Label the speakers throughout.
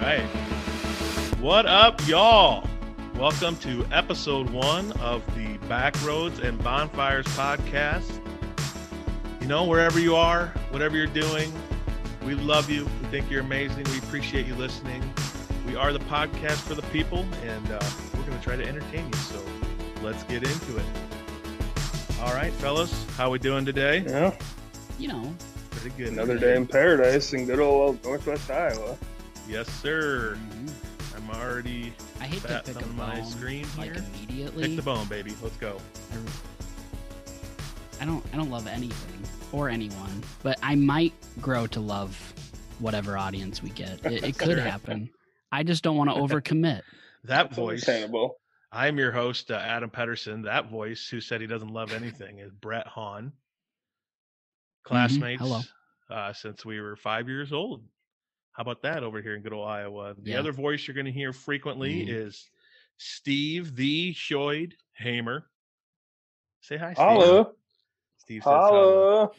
Speaker 1: right. What up, y'all? Welcome to episode one of the Backroads and Bonfires podcast. You know, wherever you are, whatever you're doing, we love you. We think you're amazing. We appreciate you listening. We are the podcast for the people, and uh, we're going to try to entertain you. So let's get into it. All right, fellas, how we doing today?
Speaker 2: Yeah,
Speaker 3: you know,
Speaker 1: Pretty good.
Speaker 2: another day in paradise in good old Northwest Iowa.
Speaker 1: Yes, sir.
Speaker 3: mhm.
Speaker 1: I'm already
Speaker 3: I hate
Speaker 1: That's
Speaker 3: to pick a
Speaker 1: on
Speaker 3: bone
Speaker 1: my screen
Speaker 3: like
Speaker 1: here.
Speaker 3: immediately.
Speaker 1: pick the bone, baby. Let's go.
Speaker 3: I- I don't. I don't love anything or anyone, but I might grow to love whatever audience we get. It, it could
Speaker 1: Sure.
Speaker 3: happen. I just don't want to overcommit.
Speaker 1: That
Speaker 2: It's
Speaker 1: voice.
Speaker 2: Understandable.
Speaker 1: I'm your host, uh, Adam Pedersen. That voice who said he doesn't love anything is Brett Hahn. Classmates
Speaker 3: Hello.
Speaker 1: Uh, since we were five years old. How about that over here in good old Iowa? The
Speaker 3: Yeah.
Speaker 1: other voice you're going to hear frequently
Speaker 3: Mhm.
Speaker 1: is Steve the Shoid Hamer. Say hi, Steve.
Speaker 2: Holla,
Speaker 1: Steve says hello.
Speaker 2: holla.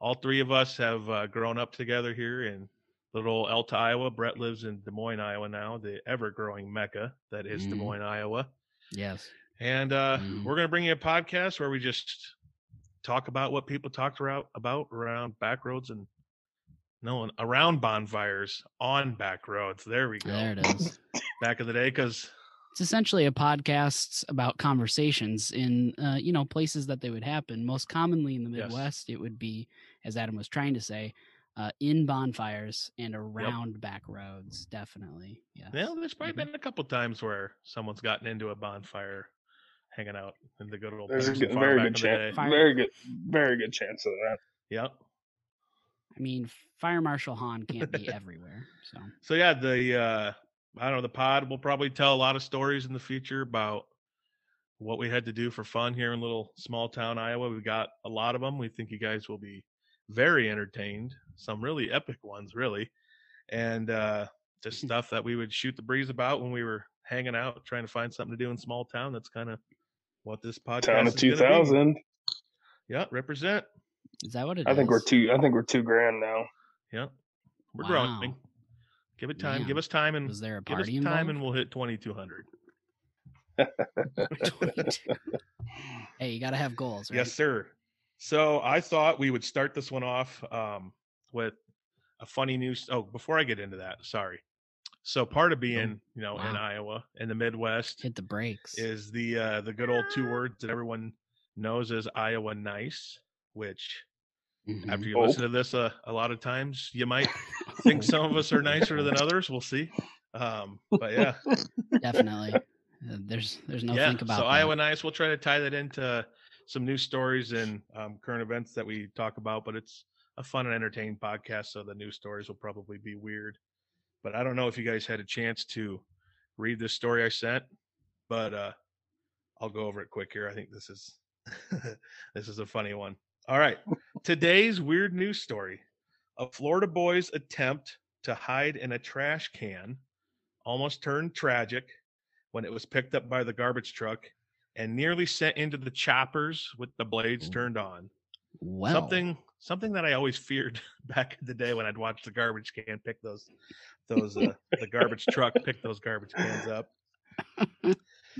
Speaker 1: All three of us have uh, grown up together here in little Elta, Iowa. Brett lives in Des Moines, Iowa now, the ever growing mecca that is Des
Speaker 3: Mhm.
Speaker 1: Moines, Iowa.
Speaker 3: Yes.
Speaker 1: And uh,
Speaker 3: Mm.
Speaker 1: we're going to bring you a podcast where we just talk about what people talked around, about around back roads and no, and around bonfires on back roads. There we go.
Speaker 3: There it is.
Speaker 1: Back in the day, because
Speaker 3: It's essentially a podcast about conversations in, uh, you know, places that they would happen. Most commonly in the
Speaker 1: Yes.
Speaker 3: Midwest, it would be, as Adam was trying to say, uh, in bonfires and around back roads. Definitely. Yes.
Speaker 1: well, there's probably
Speaker 3: Mhm.
Speaker 1: been a couple times where someone's gotten into a bonfire hanging out in the good old
Speaker 2: There's a
Speaker 1: Patterson
Speaker 2: good,
Speaker 1: farm
Speaker 2: very
Speaker 1: back
Speaker 2: good
Speaker 1: in the
Speaker 2: chance.
Speaker 1: day.
Speaker 3: Fire-
Speaker 2: Very good, very good chance of that.
Speaker 1: Yep.
Speaker 3: I mean, Fire Marshal Han can't be everywhere. So
Speaker 1: So yeah, the uh I don't know, the pod will probably tell a lot of stories in the future about what we had to do for fun here in little small town Iowa. We've got a lot of them. We think you guys will be very entertained. Some really epic ones, really. And uh just stuff that we would shoot the breeze about when we were hanging out trying to find something to do in small town. That's kind of what this podcast
Speaker 2: Town
Speaker 1: is
Speaker 2: of
Speaker 1: gonna be.
Speaker 2: two thousand.
Speaker 1: Yeah, represent.
Speaker 3: is that what it is?
Speaker 2: I think we're two. I think we're two grand now.
Speaker 1: Yeah. We're
Speaker 3: Wow.
Speaker 1: growing. Give it time.
Speaker 3: Man.
Speaker 1: Give us time and
Speaker 3: Was there a
Speaker 1: give us
Speaker 3: party
Speaker 1: time and
Speaker 3: involved?
Speaker 1: we'll hit 2200.
Speaker 3: hey, you got to have goals, right?
Speaker 1: Yes, sir. So I thought we would start this one off um, with a funny news. Oh, before I get into that, sorry. So part of being, you know, in
Speaker 3: Oh, wow.
Speaker 1: Iowa in the Midwest
Speaker 3: Hit the brakes.
Speaker 1: is the uh, the good old two words that everyone knows as Iowa nice, which
Speaker 3: Mhm.
Speaker 1: after you
Speaker 2: Oh.
Speaker 1: listen to this uh, a lot of times, you might think some of us are nicer than others. We'll see. Um, but yeah,
Speaker 3: Definitely. Uh, There's there's no think about
Speaker 1: so
Speaker 3: that.
Speaker 1: Iowa Nice. We'll try to tie that into some news stories and um, current events that we talk about. But it's a fun and entertaining podcast, so the news stories will probably be weird. But I don't know if you guys had a chance to read this story I sent, but uh, I'll go over it quick here. I think this is this is a funny one. All right, today's weird news story: a Florida boy's attempt to hide in a trash can almost turned tragic when it was picked up by the garbage truck and nearly sent into the choppers with the blades
Speaker 3: Ooh.
Speaker 1: turned on.
Speaker 3: well,
Speaker 1: Something something that I always feared back in the day when I'd watch the garbage can pick those those uh, the garbage truck pick those garbage cans up.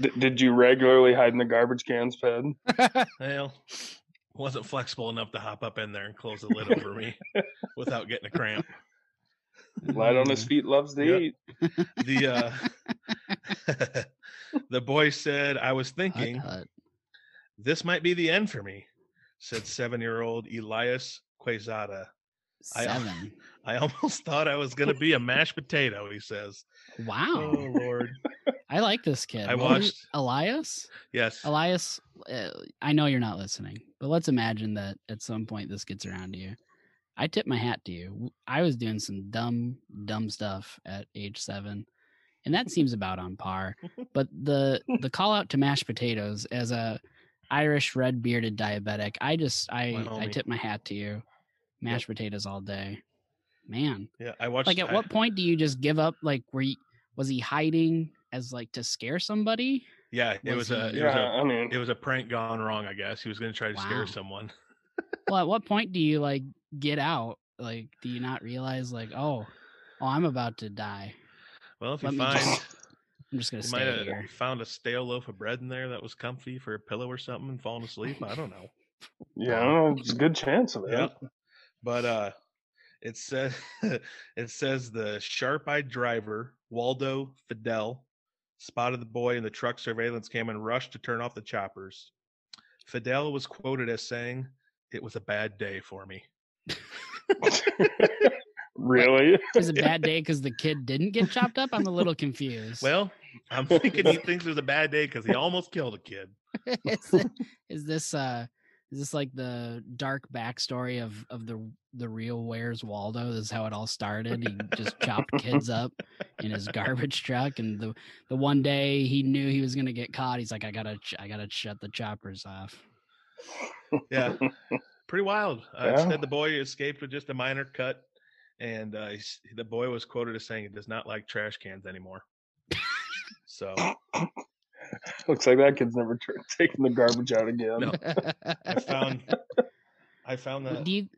Speaker 2: D- did you regularly hide in the garbage cans, Ped?
Speaker 1: Well, wasn't flexible enough to hop up in there and close the lid over me without getting a cramp.
Speaker 2: Light on his
Speaker 3: Uh,
Speaker 2: feet, loves to
Speaker 1: Mm-hmm. Yep.
Speaker 2: eat.
Speaker 1: The uh the boy said, "I was
Speaker 3: hut,
Speaker 1: thinking
Speaker 3: hut.
Speaker 1: this might be the end for me," said 7-year-old Elias Quezada. I-
Speaker 3: Seven.
Speaker 1: I almost thought I was going to be a mashed potato, he says.
Speaker 3: wow.
Speaker 1: Oh, Lord.
Speaker 3: I like this kid.
Speaker 1: I
Speaker 3: What was it?
Speaker 1: watched-
Speaker 3: Elias.
Speaker 1: Yes.
Speaker 3: Elias, uh, I know you're not listening, but let's imagine that at some point this gets around to you. I tip my hat to you. W- I was doing some dumb, dumb stuff at age seven, and that seems about on par. But the the call out to mashed potatoes as a Irish red bearded diabetic, I just I I
Speaker 1: homie.
Speaker 3: tip my hat to you. Mashed potatoes all day, man.
Speaker 1: Yeah. I watched.
Speaker 3: Like at
Speaker 1: I-
Speaker 3: what point do you just give up? Like were you, was he hiding as like to scare somebody?
Speaker 1: Yeah. It was
Speaker 3: was
Speaker 1: a.
Speaker 3: he-
Speaker 1: It was
Speaker 2: Yeah,
Speaker 1: a.
Speaker 2: I mean,
Speaker 1: It was a prank gone wrong. I guess he was going to try to
Speaker 3: Wow.
Speaker 1: scare someone.
Speaker 3: well, at what point do you like get out? Like, do you not realize like, oh, oh, I'm about to die?
Speaker 1: Well, if you
Speaker 3: Let me
Speaker 1: find,
Speaker 3: just- I'm just gonna
Speaker 1: you
Speaker 3: stay
Speaker 1: might
Speaker 3: here.
Speaker 1: have found a stale loaf of bread in there that was comfy for a pillow or something and fallen asleep. I don't know.
Speaker 2: Yeah, I don't know, it's a good chance of that.
Speaker 1: Yep. But uh, it says it says the sharp-eyed driver Waldo Fidel spotted the boy in the truck surveillance cam and rushed to turn off the choppers. Fidel was quoted as saying, "It was a bad day for me."
Speaker 2: really?
Speaker 3: It was a bad day because the kid didn't get chopped up. I'm a little confused.
Speaker 1: Well, I'm thinking he thinks it was a bad day because he almost killed a kid.
Speaker 3: is, it, is this uh is this like the dark backstory of of the the real Where's Waldo? This is how it all started. He just chopped kids up in his garbage truck, and the the one day he knew he was gonna get caught, he's like, I gotta ch- I gotta shut the choppers off.
Speaker 1: Yeah, pretty wild. Uh, it
Speaker 2: Yeah.
Speaker 1: Said the boy escaped with just a minor cut, and uh, he's, the boy was quoted as saying, "He does not like trash cans anymore." so
Speaker 2: Looks like that kid's never tr- taken the garbage out again.
Speaker 1: No. I found, I found
Speaker 3: Well,
Speaker 1: that.
Speaker 3: Do you?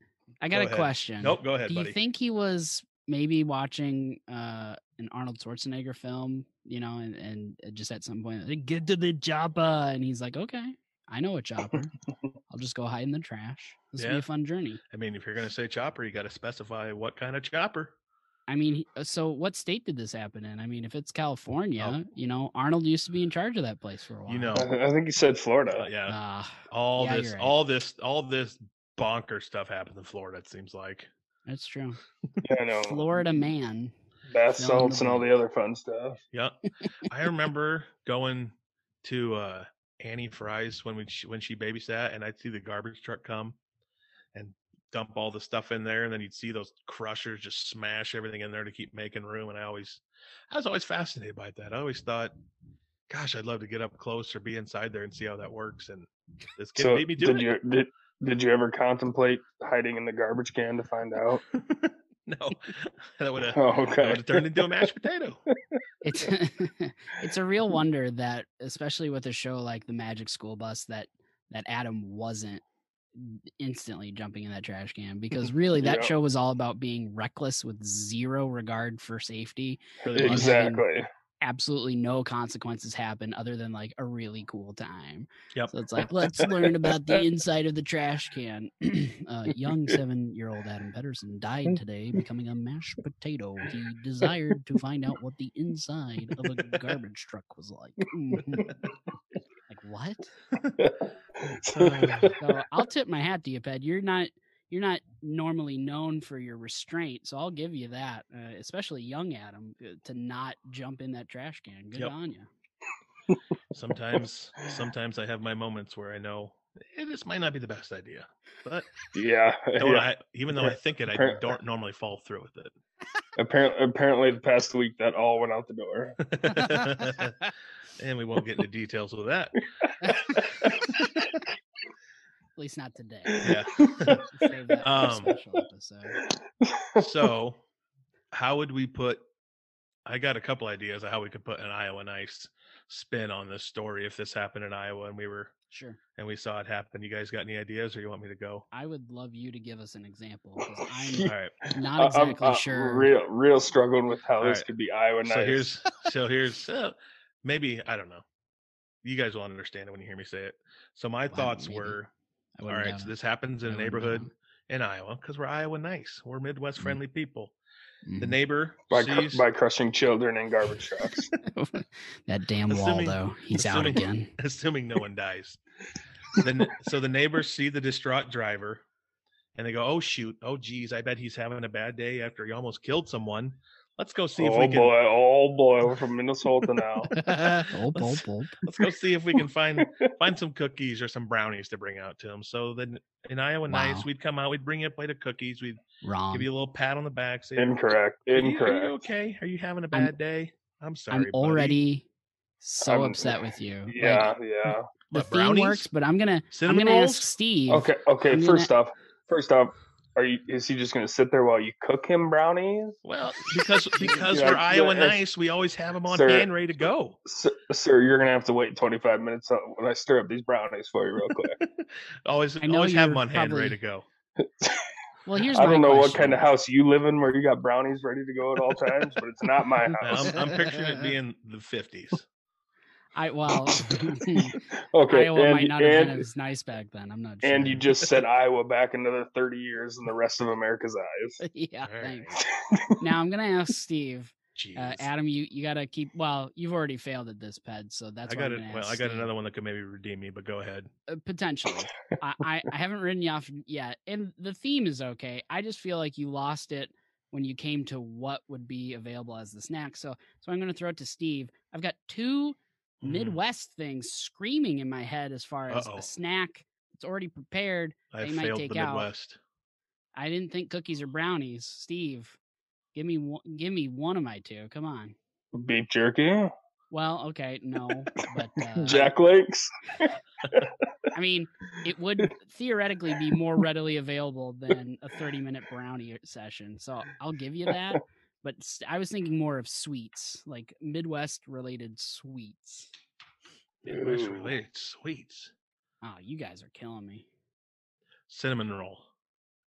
Speaker 3: I got a
Speaker 1: ahead.
Speaker 3: question.
Speaker 1: nope, go ahead,
Speaker 3: Do
Speaker 1: buddy.
Speaker 3: you think he was maybe watching uh, an Arnold Schwarzenegger film, you know, and, and it just at some point, like, get to the chopper, and he's like, okay, I know a chopper. I'll just go hide in the trash. This will be
Speaker 1: Yeah.
Speaker 3: a fun journey.
Speaker 1: I mean, if you're gonna say chopper, you got to specify what kind of chopper.
Speaker 3: I mean, he- uh, so what state did this happen in? I mean, if
Speaker 1: Oh.
Speaker 3: it's California, you know, Arnold used to be in charge of that place for a while.
Speaker 1: You know,
Speaker 2: I, th- I think he said
Speaker 1: Uh,
Speaker 2: Florida.
Speaker 1: yeah.
Speaker 3: Ah,
Speaker 1: All
Speaker 3: yeah,
Speaker 1: this,
Speaker 3: you're right.
Speaker 1: all this, all this bonker stuff happens in Florida. It seems like.
Speaker 3: that's true.
Speaker 2: Yeah, I know.
Speaker 3: Florida man.
Speaker 2: Bath
Speaker 3: No,
Speaker 2: salts and all
Speaker 3: no.
Speaker 2: the other fun stuff.
Speaker 1: Yeah, I remember going to uh, Annie Fry's when we sh- when she babysat, and I'd see the garbage truck come and dump all the stuff in there, and then you'd see those crushers just smash everything in there to keep making room. And I always, I was always fascinated by that. I always thought, gosh, I'd love to get up close or be inside there and see how that works. And this kid
Speaker 2: So
Speaker 1: made me do
Speaker 2: did
Speaker 1: it.
Speaker 2: you did, did you ever contemplate hiding in the garbage can to find out?
Speaker 1: no, that would have
Speaker 2: Oh,
Speaker 1: that
Speaker 2: okay.
Speaker 1: would have turned into a mashed potato.
Speaker 3: it's it's a real wonder that especially with a show like the magic school bus that that adam wasn't instantly jumping in that trash can because really that
Speaker 2: Yep.
Speaker 3: show was all about being reckless with zero regard for safety
Speaker 1: Really was.
Speaker 2: exactly.
Speaker 3: absolutely no consequences happen other than like a really cool time
Speaker 1: Yep.
Speaker 3: so it's like let's learn about the inside of the trash can uh, young seven year old adam pedersen
Speaker 1: Mm.
Speaker 3: died today becoming a mashed potato he desired to find out what the inside of a garbage truck was like Mhm. like what
Speaker 1: Ah.
Speaker 3: so I'll tip my hat to you, Ped. You're not you're not normally known for your restraint, so I'll give you that. Uh, especially young Adam uh, to not jump in that trash can. Good
Speaker 1: Yep.
Speaker 3: on you.
Speaker 1: sometimes sometimes i have my moments where i know eh, this might not be the best idea but
Speaker 2: yeah.
Speaker 1: don't
Speaker 2: yeah.
Speaker 1: I, even though i think it i
Speaker 2: Appar-
Speaker 1: don't normally fall through with
Speaker 2: Apparently, apparently, the past week that all went out the door.
Speaker 1: it and we won't get into details with that
Speaker 3: At least not today.
Speaker 1: yeah
Speaker 3: We'll save that for a
Speaker 1: Um,
Speaker 3: special episode.
Speaker 1: so how would we put i got a couple ideas of how we could put an iowa nice spin on this story if this happened in iowa and we were
Speaker 3: Sure.
Speaker 1: and we saw it happen you guys got any ideas or you want me to go
Speaker 3: I would love you to give us an example because
Speaker 1: all
Speaker 3: I'm
Speaker 1: right
Speaker 3: not
Speaker 2: I- I'm-
Speaker 3: exactly
Speaker 2: I'm
Speaker 3: sure.
Speaker 2: Real, real struggling with how
Speaker 1: All
Speaker 2: this
Speaker 1: right.
Speaker 2: could be Iowa nice.
Speaker 1: So here's so here's uh, maybe I don't know. You guys will understand it when you hear me say it. So my
Speaker 3: Wow,
Speaker 1: thoughts
Speaker 3: maybe.
Speaker 1: were
Speaker 3: I
Speaker 1: all
Speaker 3: wouldn't
Speaker 1: right.
Speaker 3: doubt
Speaker 1: So
Speaker 3: it.
Speaker 1: this happens in
Speaker 3: I
Speaker 1: a
Speaker 3: wouldn't doubt
Speaker 1: neighborhood
Speaker 3: it.
Speaker 1: in Iowa because we're Iowa nice. We're Midwest
Speaker 3: Mhm.
Speaker 1: friendly people. The
Speaker 3: Mhm.
Speaker 1: neighbor
Speaker 2: by, cr-
Speaker 1: sees
Speaker 2: by crushing children in garbage trucks.
Speaker 3: that damn
Speaker 1: assuming-
Speaker 3: Waldo. He's out
Speaker 1: assuming-
Speaker 3: again.
Speaker 1: assuming no one dies. Then so the neighbors see the distraught driver and they go, "Oh shoot. Oh geez, I bet he's having a bad day after he almost killed someone. Let's go see if
Speaker 2: oh
Speaker 1: we
Speaker 2: boy,
Speaker 1: can
Speaker 2: oh boy, we're from Minnesota now.
Speaker 3: Bulp, bulp,
Speaker 1: Let's-
Speaker 3: bulp.
Speaker 1: let's go see if we can find find some cookies or some brownies to bring out to him. So then in Iowa
Speaker 3: Wow. Um
Speaker 1: Nights, we'd come out, we'd bring you a plate of cookies, we'd
Speaker 3: Wrong.
Speaker 1: give you a little pat on the back, say,
Speaker 2: incorrect,
Speaker 1: "Are you- Are you,
Speaker 2: incorrect.
Speaker 1: okay? Are you having a
Speaker 3: I'm-
Speaker 1: bad day? I'm sorry.
Speaker 3: I'm
Speaker 1: buddy."
Speaker 3: already so
Speaker 2: I'm-
Speaker 3: upset with you. Like,
Speaker 2: Yeah, yeah.
Speaker 3: the
Speaker 1: What,
Speaker 3: theme
Speaker 1: brownies?
Speaker 3: works, but I'm gonna I'm
Speaker 1: Cinnamon
Speaker 3: gonna
Speaker 1: rolls?
Speaker 3: ask Steve.
Speaker 2: Okay, okay.
Speaker 3: I'm gonna-
Speaker 2: first off, first off, are you? Is he just gonna sit there while you cook him brownies,
Speaker 1: Well, because because
Speaker 2: Yeah,
Speaker 1: we're Iowa
Speaker 2: yeah, it's-
Speaker 1: Nice, we always have them on
Speaker 2: Sir.
Speaker 1: hand ready to go.
Speaker 2: sir? sir you're gonna have to wait 25 minutes uh, when I stir up these brownies for you, real quick.
Speaker 1: Always
Speaker 3: I know
Speaker 1: always have
Speaker 3: you're
Speaker 1: them on hand ready
Speaker 3: probably-
Speaker 1: to go.
Speaker 3: Well, here's
Speaker 2: I don't
Speaker 3: my
Speaker 2: know what
Speaker 3: question.
Speaker 2: kind of house you live in where you got brownies ready to go at all times, but it's not my
Speaker 1: Now,
Speaker 2: house.
Speaker 1: I'm, I'm picturing
Speaker 3: Uh,
Speaker 1: it being the 50s.
Speaker 3: I well,
Speaker 2: okay,
Speaker 3: Iowa
Speaker 2: and
Speaker 3: might not have been
Speaker 2: and,
Speaker 3: as nice back then. I'm not sure.
Speaker 2: and you just said Iowa back another thirty years in the rest of America's eyes.
Speaker 3: yeah.
Speaker 1: All right.
Speaker 3: Thanks. Now I'm gonna ask Steve.
Speaker 1: Jeez.
Speaker 3: Uh, Adam, you you gotta keep. Well, you've already failed at this, Ped. So that's
Speaker 1: I
Speaker 3: why
Speaker 1: got
Speaker 3: I'm
Speaker 1: it.
Speaker 3: gonna
Speaker 1: Well,
Speaker 3: ask
Speaker 1: I got
Speaker 3: Steve.
Speaker 1: another one that could maybe redeem me, but go ahead.
Speaker 3: Uh, potentially. I, I I haven't written you off yet, and the theme is okay. I just feel like you lost it when you came to what would be available as the snack. So so I'm gonna throw it to Steve. I've got two
Speaker 1: Mm.
Speaker 3: Midwest things screaming in my head as far as
Speaker 1: Uh-oh.
Speaker 3: a snack. It's already prepared.
Speaker 1: I
Speaker 3: they might
Speaker 1: failed the
Speaker 3: take out-
Speaker 1: Midwest.
Speaker 3: I didn't think cookies or brownies. Steve, give me one, give me one of my two. Come on.
Speaker 2: Beef jerky,
Speaker 3: Mm-hmm. Well, okay, no, but uh,
Speaker 2: Jack Lakes.
Speaker 3: I mean, it would theoretically be more readily available than a 30-minute brownie e, session. So I'll give you that. But s- I was thinking more of sweets, like Midwest-related sweets.
Speaker 1: Midwest
Speaker 2: Ooh.
Speaker 1: related sweets.
Speaker 3: Oh, you guys are killing me.
Speaker 1: Cinnamon roll.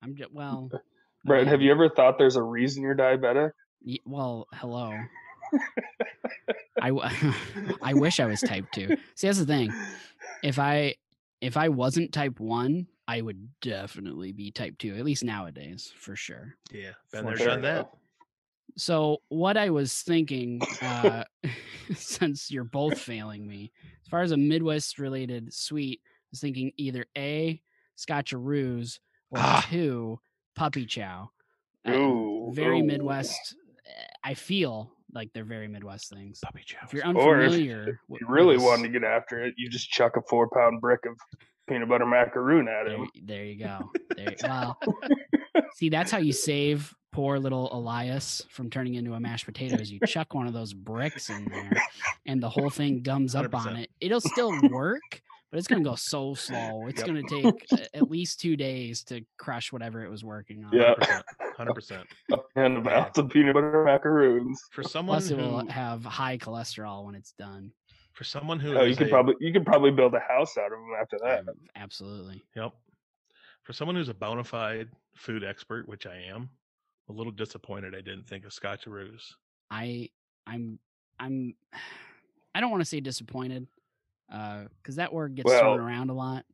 Speaker 3: I'm just well.
Speaker 2: Brett,
Speaker 3: man,
Speaker 2: have you ever thought there's a reason you're diabetic?
Speaker 3: y- Well, hello. I, w- I wish I was type two. See, that's the thing. if I if I wasn't type one, I would definitely be type two, at least nowadays, for sure.
Speaker 1: Yeah. Been
Speaker 3: For
Speaker 1: there,
Speaker 3: sure.
Speaker 1: done that.
Speaker 3: So what I was thinking, uh, since you're both failing me, as far as a Midwest related sweet, I was thinking either A, Scotcheroos, or
Speaker 1: Ah.
Speaker 3: two, Puppy Chow. Uh,
Speaker 2: Ooh,
Speaker 3: very
Speaker 2: ooh.
Speaker 3: Midwest. eh, I feel like they're very Midwest things.
Speaker 1: Puppy
Speaker 3: If you're
Speaker 1: chow.
Speaker 2: Or if
Speaker 3: unfamiliar,
Speaker 2: If
Speaker 3: with
Speaker 2: you really
Speaker 3: this-
Speaker 2: wanted to get after it, you just chuck a four pound brick of peanut butter macaroon at
Speaker 3: There,
Speaker 2: him.
Speaker 3: y- there you go. There, well, see, that's how you save poor little Elias from turning into a mashed potato. Is you chuck one of those bricks in there, and the whole thing gums up on
Speaker 1: 100%.
Speaker 3: it. It'll still work, but it's gonna go so slow. It's
Speaker 1: Yep.
Speaker 3: gonna take a- at least two days to crush whatever it was working on.
Speaker 2: Yeah.
Speaker 1: 100%.
Speaker 2: And about the peanut butter macaroons.
Speaker 1: For someone
Speaker 3: Plus, it
Speaker 1: who,
Speaker 3: will have high cholesterol when it's done.
Speaker 1: for someone who
Speaker 2: Oh, you
Speaker 1: is
Speaker 2: could
Speaker 1: a-
Speaker 2: probably you could probably build a house out of them after that.
Speaker 3: Um, Absolutely.
Speaker 1: Yep. For someone who's a bona fide food expert, which I am, a little disappointed I didn't think of Scotcheroos.
Speaker 3: I I'm I'm I don't want to say disappointed because that word gets
Speaker 2: Well,
Speaker 3: thrown around a lot.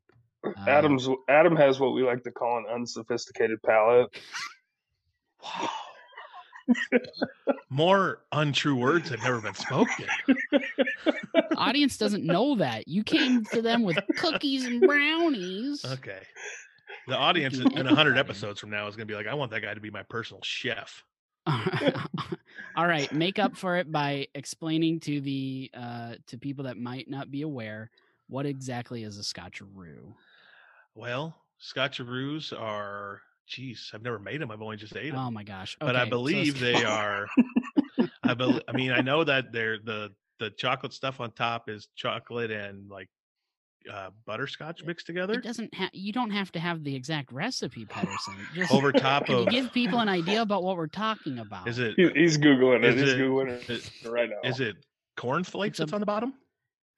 Speaker 3: Uh,
Speaker 2: Adam's Adam has what we like to call an unsophisticated palate.
Speaker 1: Wow. More untrue words have never been spoken.
Speaker 3: the audience doesn't know that you came to them with cookies and brownies.
Speaker 1: Okay. The audience in
Speaker 3: Fucking
Speaker 1: in 100
Speaker 3: everybody.
Speaker 1: episodes from now is going to be like, I want that guy to be my personal chef.
Speaker 3: All right, make up for it by explaining to the uh, to people that might not be aware what exactly is a Scotcheroo.
Speaker 1: Well, Scotcheroos are, geez, I've never made them. I've only just ate them.
Speaker 3: Oh my gosh!
Speaker 1: but
Speaker 3: Okay,
Speaker 1: I
Speaker 3: so
Speaker 1: believe
Speaker 3: Sc-
Speaker 1: they are. I believe. I mean, I know that they're the the chocolate stuff on top is chocolate and like uh, butterscotch mixed together
Speaker 3: It doesn't have. You don't have to have the exact recipe, Patterson. Just
Speaker 1: over oh. top
Speaker 3: can you
Speaker 1: of.
Speaker 3: give people an idea about what we're talking about.
Speaker 1: Is it
Speaker 2: He- he's googling it.
Speaker 1: Is
Speaker 2: He's
Speaker 1: it-
Speaker 2: googling it
Speaker 1: is-
Speaker 2: right now.
Speaker 1: is it corn flakes
Speaker 3: a-
Speaker 1: that's on the bottom?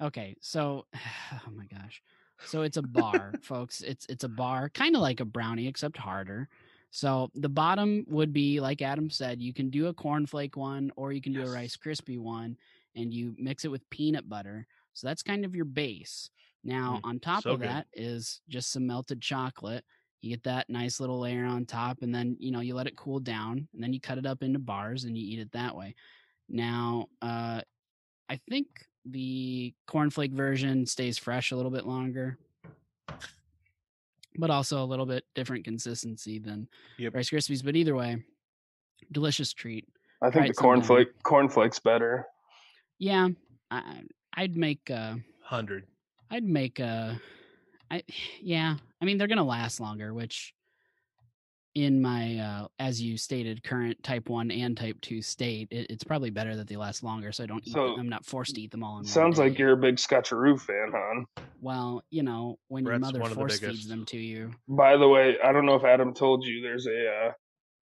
Speaker 3: Okay, so oh my gosh. So it's a bar, folks. It's it's a bar, kind of like a brownie except harder. So the bottom would be like Adam said, you can do a cornflake one or you can do a Rice crispy one and you mix it with peanut butter. So that's kind of your base. Now,
Speaker 1: Mm,
Speaker 3: on top
Speaker 1: so
Speaker 3: of
Speaker 1: good.
Speaker 3: that is just some melted chocolate. You get that nice little layer on top and then, you know, you let it cool down and then you cut it up into bars and you eat it that way. Now, uh I think the cornflake version stays fresh a little bit longer, but also a little bit different consistency than
Speaker 1: Yep.
Speaker 3: Rice Krispies. But either way, delicious treat.
Speaker 2: I
Speaker 3: try
Speaker 2: think the
Speaker 3: it sometime.
Speaker 2: cornflake cornflakes better.
Speaker 3: Yeah, I, I'd make uh,
Speaker 1: Hundred.
Speaker 3: I'd make uh, I yeah. I mean, they're gonna last longer, which in my uh, as you stated, current type one and type two state, it, it's probably better that they last longer, so I don't. Eat
Speaker 2: So,
Speaker 3: them. I'm not forced to eat them all. in one
Speaker 2: Sounds like
Speaker 3: day.
Speaker 2: you're a big Scotcheroo fan, hon.
Speaker 3: Well, you know, when
Speaker 1: Brett's
Speaker 3: your
Speaker 1: one
Speaker 3: mother
Speaker 1: of the
Speaker 3: force feeds
Speaker 1: biggest.
Speaker 3: them to you.
Speaker 2: By the way, I don't know if Adam told you there's a uh,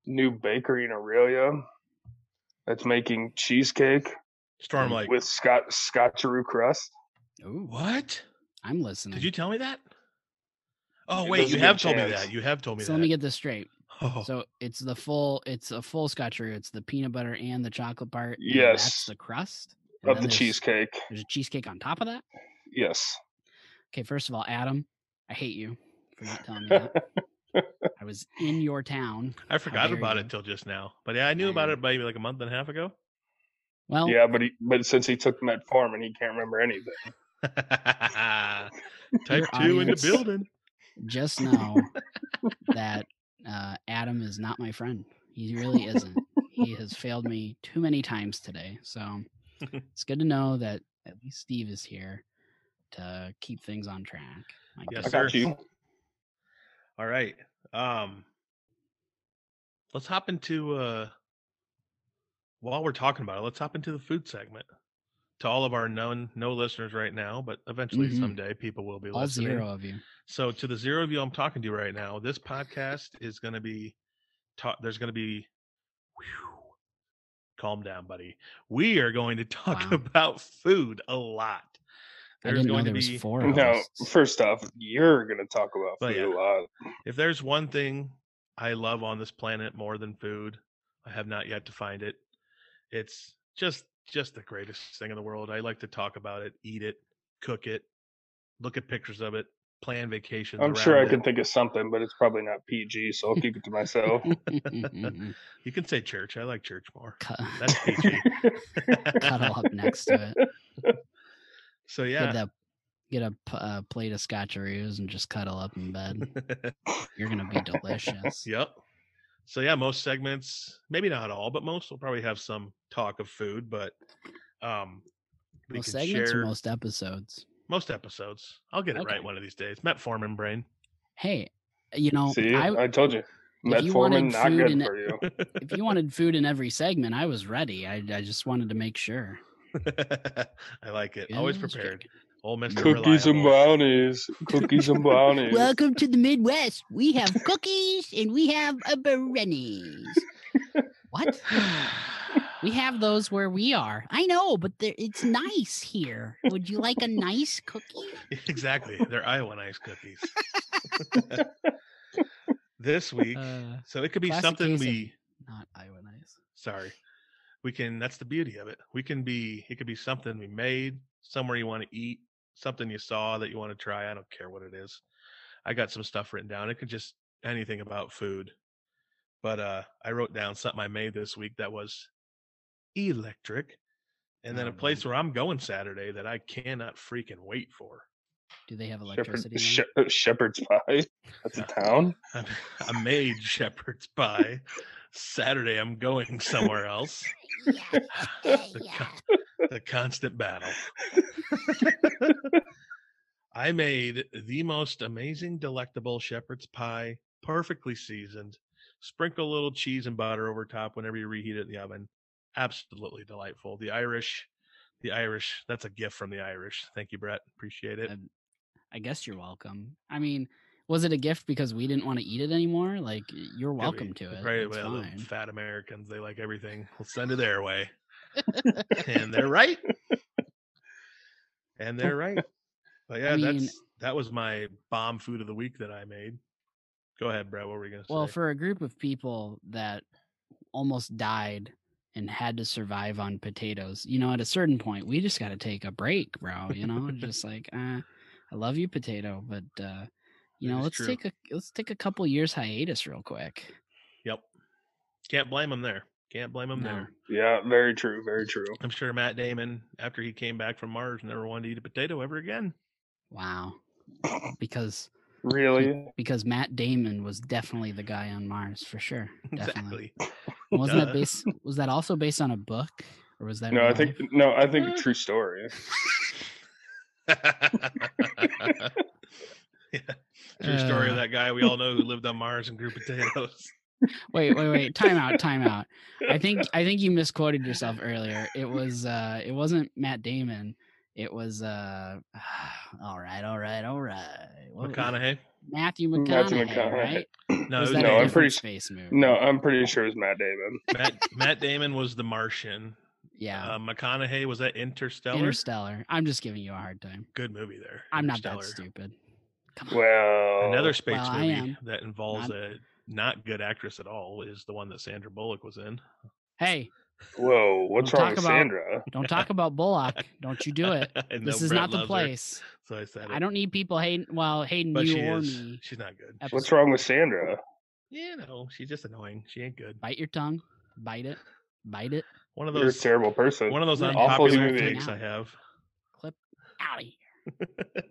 Speaker 2: new bakery in Aurelia that's making cheesecake
Speaker 1: Storm like
Speaker 2: with Scott Scotcheroo crust.
Speaker 3: Ooh,
Speaker 1: what?
Speaker 3: I'm listening.
Speaker 1: Did you tell me that? Oh
Speaker 2: It
Speaker 1: wait,
Speaker 2: doesn't
Speaker 1: you
Speaker 2: get
Speaker 1: have told me
Speaker 2: chance.
Speaker 1: that. You have told me
Speaker 3: so
Speaker 1: that.
Speaker 3: let me get this straight.
Speaker 1: Oh,
Speaker 3: So it's the full, it's a full scotcheroo. It's the peanut butter and the chocolate part. and
Speaker 2: Yes.
Speaker 3: that's the crust and
Speaker 2: Of
Speaker 3: then
Speaker 2: the
Speaker 3: there's-
Speaker 2: cheesecake.
Speaker 3: There's a cheesecake on top of that.
Speaker 2: Yes.
Speaker 3: Okay, first of all, Adam, I hate you for not telling me that. I was in your town.
Speaker 1: I forgot
Speaker 3: dare
Speaker 1: about
Speaker 3: you.
Speaker 1: it till just now. But yeah, I knew about it maybe like a month and a half ago.
Speaker 3: Well,
Speaker 2: Yeah, but he, but since he took Met Farm and he can't remember anything.
Speaker 1: Type
Speaker 3: Your
Speaker 1: two in the
Speaker 3: audience-
Speaker 1: building.
Speaker 3: just know that uh, Adam is not my friend. He really isn't. he has failed me too many times today. So it's good to know that at least Steve is here to keep things on track. My
Speaker 1: Yes,
Speaker 2: I
Speaker 3: goodness.
Speaker 2: got
Speaker 1: sir.
Speaker 2: you.
Speaker 1: All right. Um let's hop into uh while we're talking about it, let's hop into the food segment. To all of our known no listeners right now, but eventually
Speaker 3: Mhm.
Speaker 1: someday people will be
Speaker 3: All
Speaker 1: listening.
Speaker 3: zero of you.
Speaker 1: So to the zero of you I'm talking to right now, this podcast is going to be ta- there's going to be whew, calm down buddy. We are going to talk
Speaker 3: Wow.
Speaker 1: about food a lot.
Speaker 3: I didn't know there was four of
Speaker 2: No,
Speaker 3: us.
Speaker 2: first off, you're gonna talk about
Speaker 1: Well,
Speaker 2: food
Speaker 1: yeah.
Speaker 2: a lot.
Speaker 1: If there's one thing I love on this planet more than food, I have not yet to find it. It's just just the greatest thing in the world. I like to talk about it, eat it, cook it, look at pictures of it, plan vacations.
Speaker 2: I'm sure
Speaker 1: around
Speaker 2: I
Speaker 1: it.
Speaker 2: can think of something, but it's probably not PG, so I'll keep it to myself.
Speaker 3: Mm,
Speaker 1: You can say church. I like church more.
Speaker 3: Cut,
Speaker 1: That's PG.
Speaker 3: cuddle up next to it.
Speaker 1: so yeah,
Speaker 3: Get that. Get a p- uh, plate of scotcheroos and just cuddle up in bed. You're gonna be delicious.
Speaker 1: Yep. So yeah, most segments, maybe not all, but most will probably have some talk of food, but um we
Speaker 3: most
Speaker 1: can
Speaker 3: segments
Speaker 1: share
Speaker 3: or most episodes.
Speaker 1: most episodes. I'll get it
Speaker 3: Okay.
Speaker 1: right one of these days. Metformin brain.
Speaker 3: Hey, you know,
Speaker 2: See,
Speaker 3: I,
Speaker 2: I, told you,
Speaker 3: you wanted
Speaker 2: metformin not
Speaker 3: food
Speaker 2: good
Speaker 3: in it-
Speaker 2: for you.
Speaker 3: if you wanted food in every segment, I was ready. I, I just wanted to make sure.
Speaker 1: I like it. Always
Speaker 3: Just
Speaker 1: prepared.
Speaker 3: checking.
Speaker 1: Old Mr.
Speaker 2: Cookies and
Speaker 1: Reliable.
Speaker 2: brownies, cookies and brownies.
Speaker 3: Welcome to the Midwest. We have cookies and we have a Berenice. what? We have those where we are. I know, but they're- it's nice here. Would you like a nice cookie?
Speaker 1: exactly. They're Iowa ice cookies. this week.
Speaker 3: Uh,
Speaker 1: so it could be
Speaker 3: classic
Speaker 1: something
Speaker 3: case of-
Speaker 1: we
Speaker 3: not Iowa nice.
Speaker 1: sorry we can that's the beauty of it we can be it could be something we made somewhere you want to eat something you saw that you want to try i don't care what it is i got some stuff written down it could just anything about food but uh i wrote down something i made this week that was electric and then
Speaker 3: Oh,
Speaker 1: a
Speaker 3: man.
Speaker 1: place where i'm going saturday that i cannot freaking wait for
Speaker 3: Do they have electricity?
Speaker 2: Shepherd,
Speaker 3: there?
Speaker 2: she, shepherd's pie. That's a town.
Speaker 1: i I made shepherd's pie saturday i'm going somewhere else
Speaker 4: Yeah, yeah,
Speaker 1: The
Speaker 4: yeah.
Speaker 1: the constant battle. I made the most amazing, delectable shepherd's pie, perfectly seasoned. Sprinkle a little cheese and butter over top whenever you reheat it in the oven. Absolutely delightful. The Irish, the Irish, that's a gift from the Irish. Thank you, Brett. Appreciate it.
Speaker 3: Uh, I guess you're welcome. I mean, was it a gift because we didn't want to eat it anymore? Like y-
Speaker 1: Yeah,
Speaker 3: you're
Speaker 1: we-
Speaker 3: welcome to
Speaker 1: we
Speaker 3: it.
Speaker 1: probably-
Speaker 3: it's
Speaker 1: well, the
Speaker 3: fine.
Speaker 1: fat Americans, they like everything. We'll send it their way. and they're right. And they're right. But yeah,
Speaker 3: mean-
Speaker 1: that's that was my bomb food of the week that I made. Go ahead, Brad. What were you gonna
Speaker 3: Well,
Speaker 1: say?
Speaker 3: for a group of people that almost died and had to survive on potatoes, you know, at a certain point, we just got to take a break, bro. You know, just like, uh, I love you, potato, but uh, you
Speaker 1: That
Speaker 3: know,
Speaker 1: is
Speaker 3: let's
Speaker 1: true.
Speaker 3: take a let's take a couple years hiatus real quick.
Speaker 1: yep. Can't blame them there. Can't blame them
Speaker 3: No.
Speaker 1: there.
Speaker 2: Yeah, very true. Very true.
Speaker 1: I'm sure Matt Damon, after he came back from Mars, never wanted to eat a potato ever again.
Speaker 3: Wow, because
Speaker 2: Really?
Speaker 3: because Matt Damon was definitely the guy on Mars for sure. Definitely.
Speaker 1: Exactly.
Speaker 3: And wasn't
Speaker 1: Duh.
Speaker 3: that based? Was that also based on a book, or was that?
Speaker 2: No,
Speaker 3: real
Speaker 2: I think
Speaker 3: life?
Speaker 2: no, I think true story.
Speaker 1: yeah. True story
Speaker 3: Uh.
Speaker 1: of that guy we all know who lived on Mars and grew potatoes.
Speaker 3: Wait, wait, wait! Time out, time out. I think I think you misquoted yourself earlier. It was uh, it wasn't Matt Damon. It was uh, all right, all right, all right. What-
Speaker 1: McConaughey.
Speaker 3: Matthew McConaughey,
Speaker 2: Mm, Matthew McConaughey.
Speaker 3: right?
Speaker 1: No,
Speaker 3: Was
Speaker 1: it was
Speaker 2: No,
Speaker 3: that a
Speaker 1: Matt,
Speaker 2: I'm
Speaker 3: different
Speaker 2: pretty s-
Speaker 3: space movie?
Speaker 2: No, I'm pretty sure it's Matt Damon.
Speaker 1: Matt, Matt Damon was the Martian.
Speaker 3: yeah,
Speaker 1: Uh, McConaughey was that Interstellar.
Speaker 3: Interstellar. I'm just giving you a hard time.
Speaker 1: Good movie there.
Speaker 3: I'm not that
Speaker 1: Interstellar.
Speaker 3: stupid. Come on,
Speaker 2: Well,
Speaker 1: Another space
Speaker 3: Well, I
Speaker 1: movie
Speaker 3: am.
Speaker 1: that involves
Speaker 3: Not-
Speaker 1: a not good actress at all is the one that Sandra Bullock was in.
Speaker 3: Hey,
Speaker 2: Whoa, what's
Speaker 3: Don't
Speaker 2: wrong
Speaker 3: talk
Speaker 2: with
Speaker 3: about-
Speaker 2: Sandra?
Speaker 3: don't talk about Bullock. Don't you do it.
Speaker 1: I know
Speaker 3: This is
Speaker 1: Brett
Speaker 3: not the
Speaker 1: loves her,
Speaker 3: place.
Speaker 1: so I said,
Speaker 3: I don't need people hating. Well, hating
Speaker 1: But
Speaker 3: you
Speaker 1: she
Speaker 3: or
Speaker 1: is.
Speaker 3: me.
Speaker 1: She's not good.
Speaker 3: Episode.
Speaker 2: What's wrong with Sandra?
Speaker 1: You know, she's just annoying. She ain't good.
Speaker 3: Bite your tongue. Bite it. Bite it.
Speaker 1: One of
Speaker 2: You're a
Speaker 1: those.
Speaker 2: terrible person.
Speaker 1: One of those
Speaker 3: Awful
Speaker 1: unpopular
Speaker 2: human
Speaker 1: takes I
Speaker 3: being.
Speaker 1: have.
Speaker 3: Clip out of here.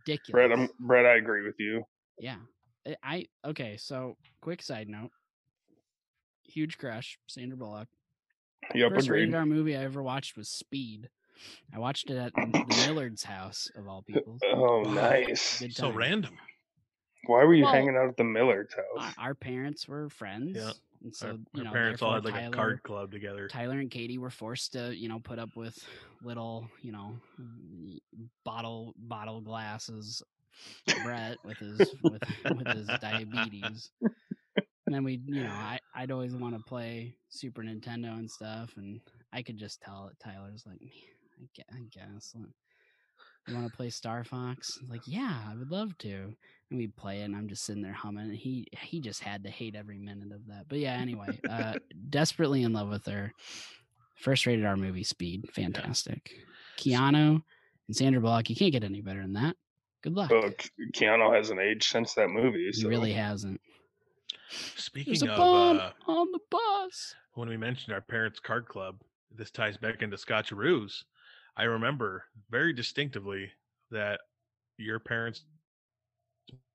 Speaker 3: Ridiculous.
Speaker 2: Brett, I'm, Brett, I agree with you.
Speaker 3: Yeah. I- I okay, so quick side note. Huge crush, Sandra Bullock.
Speaker 2: Yep,
Speaker 3: First
Speaker 2: agreed.
Speaker 3: rated R movie I ever watched was Speed. I watched it at the Millard's house of all people.
Speaker 2: Oh, nice.
Speaker 3: Good
Speaker 1: So
Speaker 3: times.
Speaker 1: random.
Speaker 2: Why were you
Speaker 3: Well-
Speaker 2: hanging out at the Millard's
Speaker 3: Our,
Speaker 2: house?
Speaker 3: our parents were friends.
Speaker 1: Yeah.
Speaker 3: And so,
Speaker 1: Our-
Speaker 3: you
Speaker 1: our
Speaker 3: know,
Speaker 1: parents all had
Speaker 3: therefore
Speaker 1: like a
Speaker 3: Tyler-
Speaker 1: card club together.
Speaker 3: Tyler and Katie were forced to, you know, put up with little, you know, mm, bottle bottle glasses. Brett with his with, with his diabetes. And then we, you know, I I'd always want to play Super Nintendo and stuff, and I could just tell that Tyler's like, "Man, I guess, I guess. like, You want to play Star Fox? Like, yeah, I would love to. And we play it, and I'm just sitting there humming. And he he just had to hate every minute of that. But yeah, anyway, uh, desperately in love with her. First rated R movie, Speed, fantastic. Keanu and Sandra Bullock, you can't get any better than that. Good luck.
Speaker 2: Oh, Ke- Keanu hasn't aged since that movie.
Speaker 3: He
Speaker 2: so-
Speaker 3: really hasn't. There's
Speaker 1: Speaking
Speaker 3: a
Speaker 1: of
Speaker 3: bomb
Speaker 1: uh,
Speaker 3: on the bus.
Speaker 1: when we mentioned our parents' card club, this ties back into Scotcheroos. I remember very distinctively that your parents,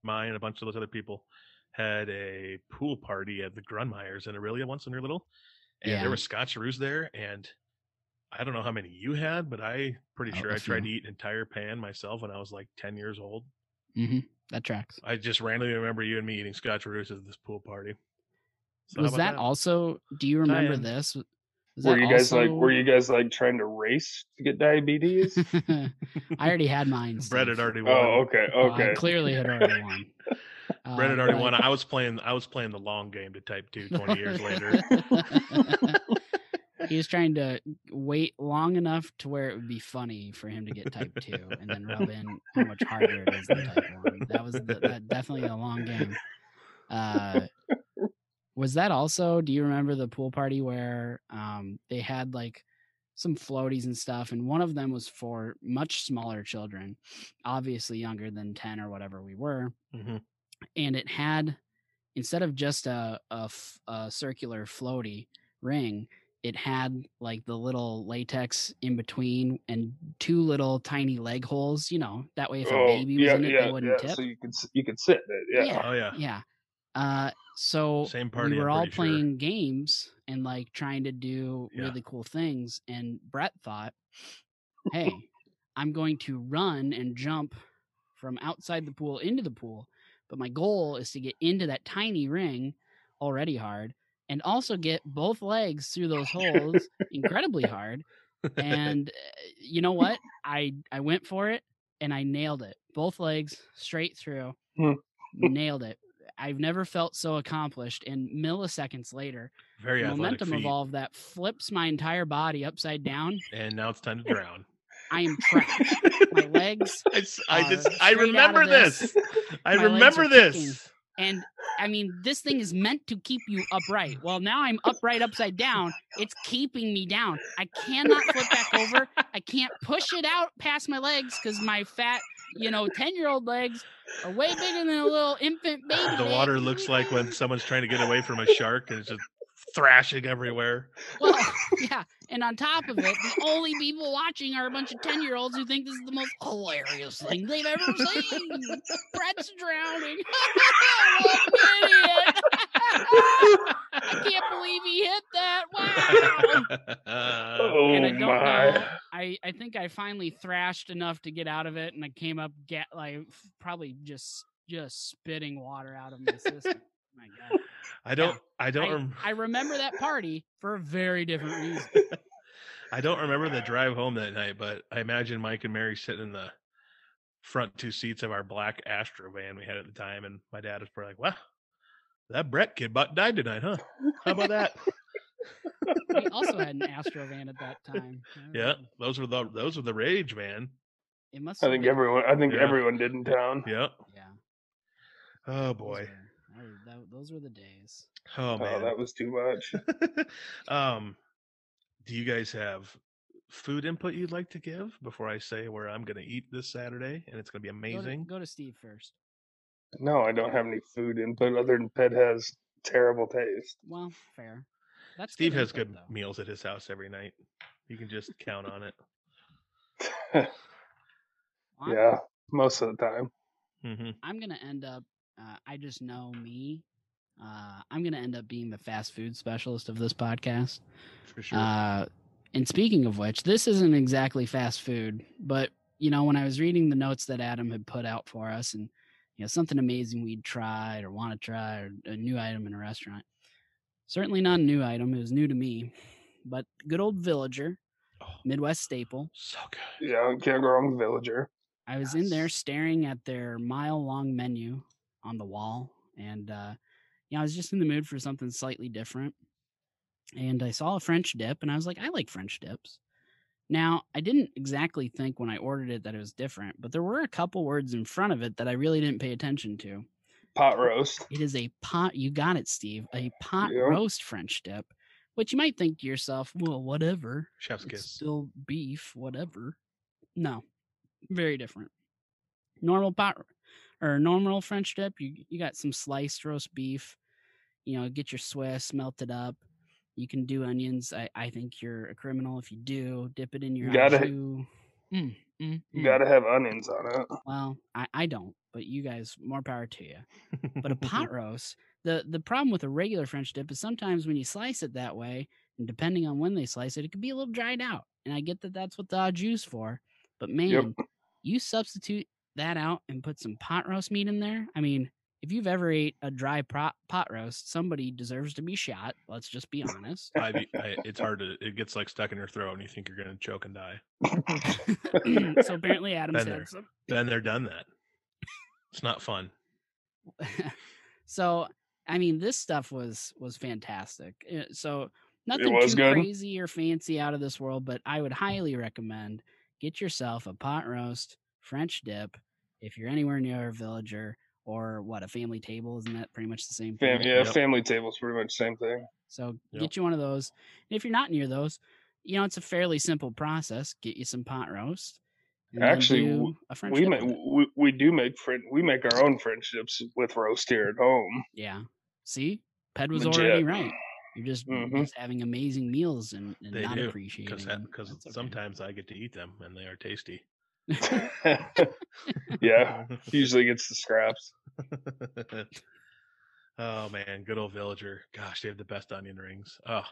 Speaker 1: mine, and a bunch of those other people had a pool party at the Grunmeyers in Aurelia once when we were little. And
Speaker 3: Yeah.
Speaker 1: there were Scotcheroos there. And I don't know how many you had, but I pretty
Speaker 3: Oh,
Speaker 1: sure
Speaker 3: a
Speaker 1: I tried to
Speaker 3: few.
Speaker 1: eat an entire pan myself when I was like 10 years old.
Speaker 3: hmm That tracks.
Speaker 1: I just randomly remember you and me eating Scotcheroos at this pool party. So how
Speaker 3: was
Speaker 1: about
Speaker 3: that, also? Do you remember
Speaker 1: in.
Speaker 3: this? Was
Speaker 2: Were
Speaker 3: that
Speaker 2: you guys like? Were
Speaker 3: also-
Speaker 2: you guys like trying to race to get diabetes?
Speaker 3: I already had mine.
Speaker 1: Brett had
Speaker 3: Steve.
Speaker 1: already won.
Speaker 2: oh, okay,
Speaker 3: Well,
Speaker 2: okay.
Speaker 3: I clearly had already won. Uh,
Speaker 1: Brett had already
Speaker 3: but-
Speaker 1: won. I was playing. I was playing the long game to type two 20 years later.
Speaker 3: he was trying to wait long enough to where it would be funny for him to get type two, and then rub in how much harder it is than type one. That was the, that definitely a long game. Uh, was that also? Do you remember the pool party where um, they had like some floaties and stuff, and one of them was for much smaller children, obviously younger than ten or whatever we were
Speaker 1: Mhm.
Speaker 3: and it had instead of just a, a f- a circular floaty ring it had like the little latex in between and two little tiny leg holes you know that way if a
Speaker 2: Oh,
Speaker 3: baby was
Speaker 2: yeah,
Speaker 3: in it
Speaker 2: yeah,
Speaker 3: they wouldn't
Speaker 2: yeah,
Speaker 3: tip
Speaker 2: So you could s- you could sit in it. Yeah.
Speaker 3: Yeah.
Speaker 1: Oh yeah.
Speaker 3: yeah uh so
Speaker 1: Same party,
Speaker 3: we
Speaker 1: I'm
Speaker 3: were all
Speaker 1: pretty sure.
Speaker 3: playing games and like trying to do
Speaker 1: Yeah.
Speaker 3: really cool things and brett thought hey i'm going to run and jump from outside the pool into the pool but my goal is to get into that tiny ring already hard and also get both legs through those holes incredibly hard and uh, you know what i i went for it and i nailed it both legs straight through
Speaker 2: Hmm.
Speaker 3: nailed it i've never felt so accomplished and milliseconds later
Speaker 1: Very
Speaker 3: the
Speaker 1: athletic
Speaker 3: momentum of
Speaker 1: feet.
Speaker 3: all of that flips my entire body upside down
Speaker 1: And now it's time to drown.
Speaker 3: i am trapped my legs
Speaker 1: I, s- I
Speaker 3: Uh,
Speaker 1: just. I
Speaker 3: straight out of
Speaker 1: remember this.
Speaker 3: this,
Speaker 1: I
Speaker 3: my legs
Speaker 1: remember
Speaker 3: are
Speaker 1: this.
Speaker 3: and i mean this thing is meant to keep you upright well now i'm upright upside down it's keeping me down i cannot flip back over i can't push it out past my legs because my fat you know 10 year old legs are way bigger than a little infant baby
Speaker 1: The
Speaker 3: leg.
Speaker 1: water looks like when someone's trying to get away from a shark and it's just thrashing everywhere.
Speaker 3: Well, yeah. And on top of it, the only people watching are a bunch of 10 year olds who think this is the most hilarious thing they've ever seen. Brett's drowning. what an idiot. I can't believe he hit that. Wow.
Speaker 2: oh
Speaker 3: and I don't
Speaker 2: my.
Speaker 3: know. I, I think I finally thrashed enough to get out of it, and I came up get like f- probably just just spitting water out of my system. Oh my God.
Speaker 1: I don't. I don't.
Speaker 3: I-
Speaker 1: rem-
Speaker 3: I remember that party for a very different reason.
Speaker 1: I don't remember the drive home that night, but I imagine Mike and Mary sitting in the front two seats of our black Astro van we had at the time, and my dad was probably like, "Wow, that Brett kid about died tonight, huh? How about that?"
Speaker 3: we also had an Astro van at that time. I don't
Speaker 1: yeah,
Speaker 3: know.
Speaker 1: those were the those were the rage, man.
Speaker 3: It must
Speaker 2: I
Speaker 3: have
Speaker 2: think
Speaker 3: been-
Speaker 2: everyone. I think
Speaker 1: Yeah.
Speaker 2: everyone did in town.
Speaker 1: Yeah.
Speaker 3: Yeah.
Speaker 1: Oh
Speaker 3: those
Speaker 1: boy.
Speaker 3: were- I, tho- those were the days.
Speaker 1: Oh
Speaker 2: Oh,
Speaker 1: man.
Speaker 2: that was too much.
Speaker 1: um, do you guys have food input you'd like to give before I say where I'm going to eat this Saturday? And it's going to be
Speaker 3: Go to-
Speaker 1: amazing.
Speaker 3: Go to, Steve first.
Speaker 2: No, I don't have any food input other than Ped has terrible taste.
Speaker 3: Well, fair. That's
Speaker 1: Steve has
Speaker 3: input,
Speaker 1: good
Speaker 3: though.
Speaker 1: meals at his house every night. You can just count on it.
Speaker 3: I'm-
Speaker 2: Yeah, most of the time.
Speaker 1: hmm
Speaker 3: I'm gonna end up. Uh, I just know me. Uh, I'm gonna end up being the fast food specialist of this podcast.
Speaker 1: For sure.
Speaker 3: Uh, and speaking of which, this isn't exactly fast food, but you know, when I was reading the notes that Adam had put out for us, and you know, something amazing we'd tried or want to try, or a new item in a restaurant. Certainly not a new item; it was new to me. But good old Villager,
Speaker 1: oh,
Speaker 3: Midwest staple.
Speaker 1: so good.
Speaker 2: Yeah, can't go wrong with Villager.
Speaker 3: I was in there
Speaker 1: Yes.
Speaker 3: staring at their mile long menu on the wall, and uh, yeah, I was just in the mood for something slightly different. And I saw a French dip, and I was like, I like French dips. Now, I didn't exactly think when I ordered it that it was different, but there were a couple words in front of it that I really didn't pay attention to.
Speaker 2: Pot roast.
Speaker 3: It is a pot, you got it, Steve, a pot
Speaker 2: Yeah.
Speaker 3: roast French dip, which you might think to yourself, well, whatever
Speaker 1: Chef's
Speaker 3: it's
Speaker 1: kiss.
Speaker 3: still beef, whatever. No, very different. Normal pot or normal French dip, you you got some sliced roast beef. You know, get your Swiss, melt it up. You can do onions. I, I think you're a criminal if you do. Dip it in your
Speaker 2: You gotta-
Speaker 3: au jus. Mm, mm,
Speaker 2: You
Speaker 3: mm.
Speaker 2: gotta have onions on it.
Speaker 3: Well, I, I don't, but you guys, more power to you but a
Speaker 1: Mm-hmm.
Speaker 3: pot roast the the problem with a regular french dip is sometimes when you slice it that way and depending on when they slice it it could be a little dried out and i get that that's what the au jus for but man you substitute that out and put some pot roast meat in there i mean if you've ever ate a dry pot, pot roast somebody deserves to be shot let's just be honest
Speaker 1: I, I, it's hard to. It gets like stuck in your throat, and you think you're going to choke and die.
Speaker 3: so apparently adam's
Speaker 1: Been
Speaker 3: had
Speaker 1: there.
Speaker 3: some
Speaker 1: Been there, done that. It's not fun.
Speaker 3: so i mean this stuff was was fantastic Uh, so nothing
Speaker 2: was
Speaker 3: too
Speaker 2: good.
Speaker 3: crazy or fancy out of this world but i would highly recommend get yourself a pot roast french dip if you're anywhere near a villager or what a family table isn't that pretty much the same thing
Speaker 2: Fam- yeah,
Speaker 1: Yep.
Speaker 2: family table's pretty much the same thing.
Speaker 3: so
Speaker 1: Yep.
Speaker 3: get you one of those. And if you're not near those, you know it's a fairly simple process. Get you some pot roast. and then
Speaker 2: Actually,
Speaker 3: do
Speaker 2: w-
Speaker 3: a French
Speaker 2: we
Speaker 3: dip
Speaker 2: make
Speaker 3: with it.
Speaker 2: we, we do make friend we make our own French dips with roast here at home.
Speaker 3: yeah. See, Ped was
Speaker 2: Legit.
Speaker 3: already right. You're just, you're
Speaker 2: Mhm.
Speaker 3: just having amazing meals and, and
Speaker 1: They
Speaker 3: not
Speaker 1: do,
Speaker 3: appreciating
Speaker 1: Because
Speaker 3: them.
Speaker 1: because
Speaker 3: That's okay.
Speaker 1: sometimes I get to eat them, and they are tasty.
Speaker 2: yeah, usually gets the scraps.
Speaker 1: oh man, good old villager. Gosh, they have the best onion rings. Oh,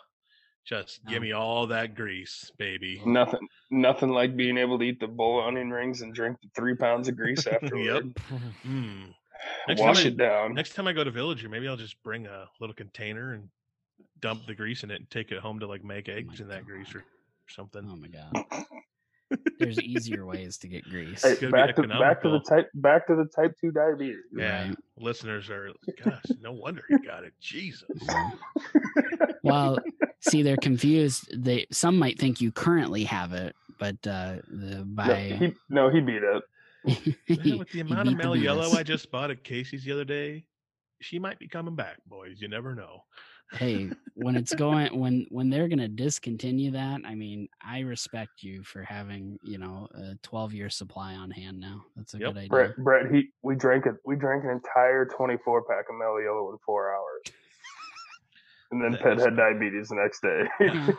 Speaker 1: just
Speaker 3: No.
Speaker 1: give me all that grease, baby.
Speaker 2: Nothing, nothing like being able to eat the bowl of onion rings and drink the three pounds of grease afterward.
Speaker 1: Mm. Next
Speaker 2: Wash
Speaker 1: time I-
Speaker 2: it down.
Speaker 1: Next time I go to villager, maybe I'll just bring a little container and dump the grease in it and take it home to like make
Speaker 3: Oh
Speaker 1: eggs
Speaker 3: my
Speaker 1: in that grease or
Speaker 3: God.
Speaker 1: something.
Speaker 3: Oh my god. There's easier ways to get grease.
Speaker 2: Hey,
Speaker 1: It's gonna be
Speaker 2: back to back to the
Speaker 1: economical.
Speaker 2: type back to the type two diabetes.
Speaker 1: yeah,
Speaker 3: Right.
Speaker 1: listeners are gosh, no wonder he got it. Jesus.
Speaker 3: Yeah. well, see, they're confused. They some might think you currently have it, but uh, the
Speaker 2: No,
Speaker 3: by
Speaker 2: he, no, he beat it.
Speaker 1: Man, with the
Speaker 3: You
Speaker 1: amount of
Speaker 3: beat the
Speaker 1: Mel Yellow
Speaker 3: beast.
Speaker 1: I just bought at Casey's the other day, she might be coming back, boys. You never know.
Speaker 3: hey when it's going when when they're going to discontinue that i mean i respect you for having you know a 12 year supply on hand now that's a
Speaker 1: Yep.
Speaker 3: good idea
Speaker 2: Brett, Brett, he we drank it. We drank an entire twenty four pack of Mellow Yellow in four hours, and then
Speaker 1: That
Speaker 2: Ped
Speaker 1: is-
Speaker 2: had diabetes the next day.
Speaker 3: yeah.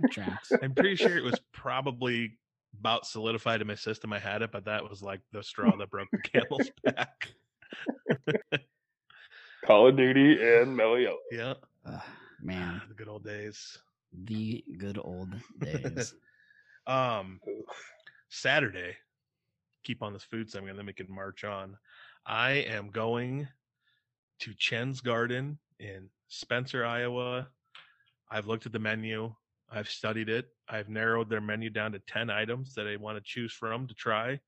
Speaker 3: that tracks
Speaker 1: I'm pretty sure it was probably about solidified in my system. I had it, but that was like the straw that broke the camel's back.
Speaker 2: Call of Duty and Mellow Yellow.
Speaker 1: Yeah.
Speaker 3: Ugh, man
Speaker 1: The good old days.
Speaker 3: the good old days
Speaker 1: Um, Saturday, keep on this food segment, then we can march on. I am going to Chen's Garden in Spencer, Iowa. I've looked at the menu, I've studied it, I've narrowed their menu down to 10 items that I want to choose from to try.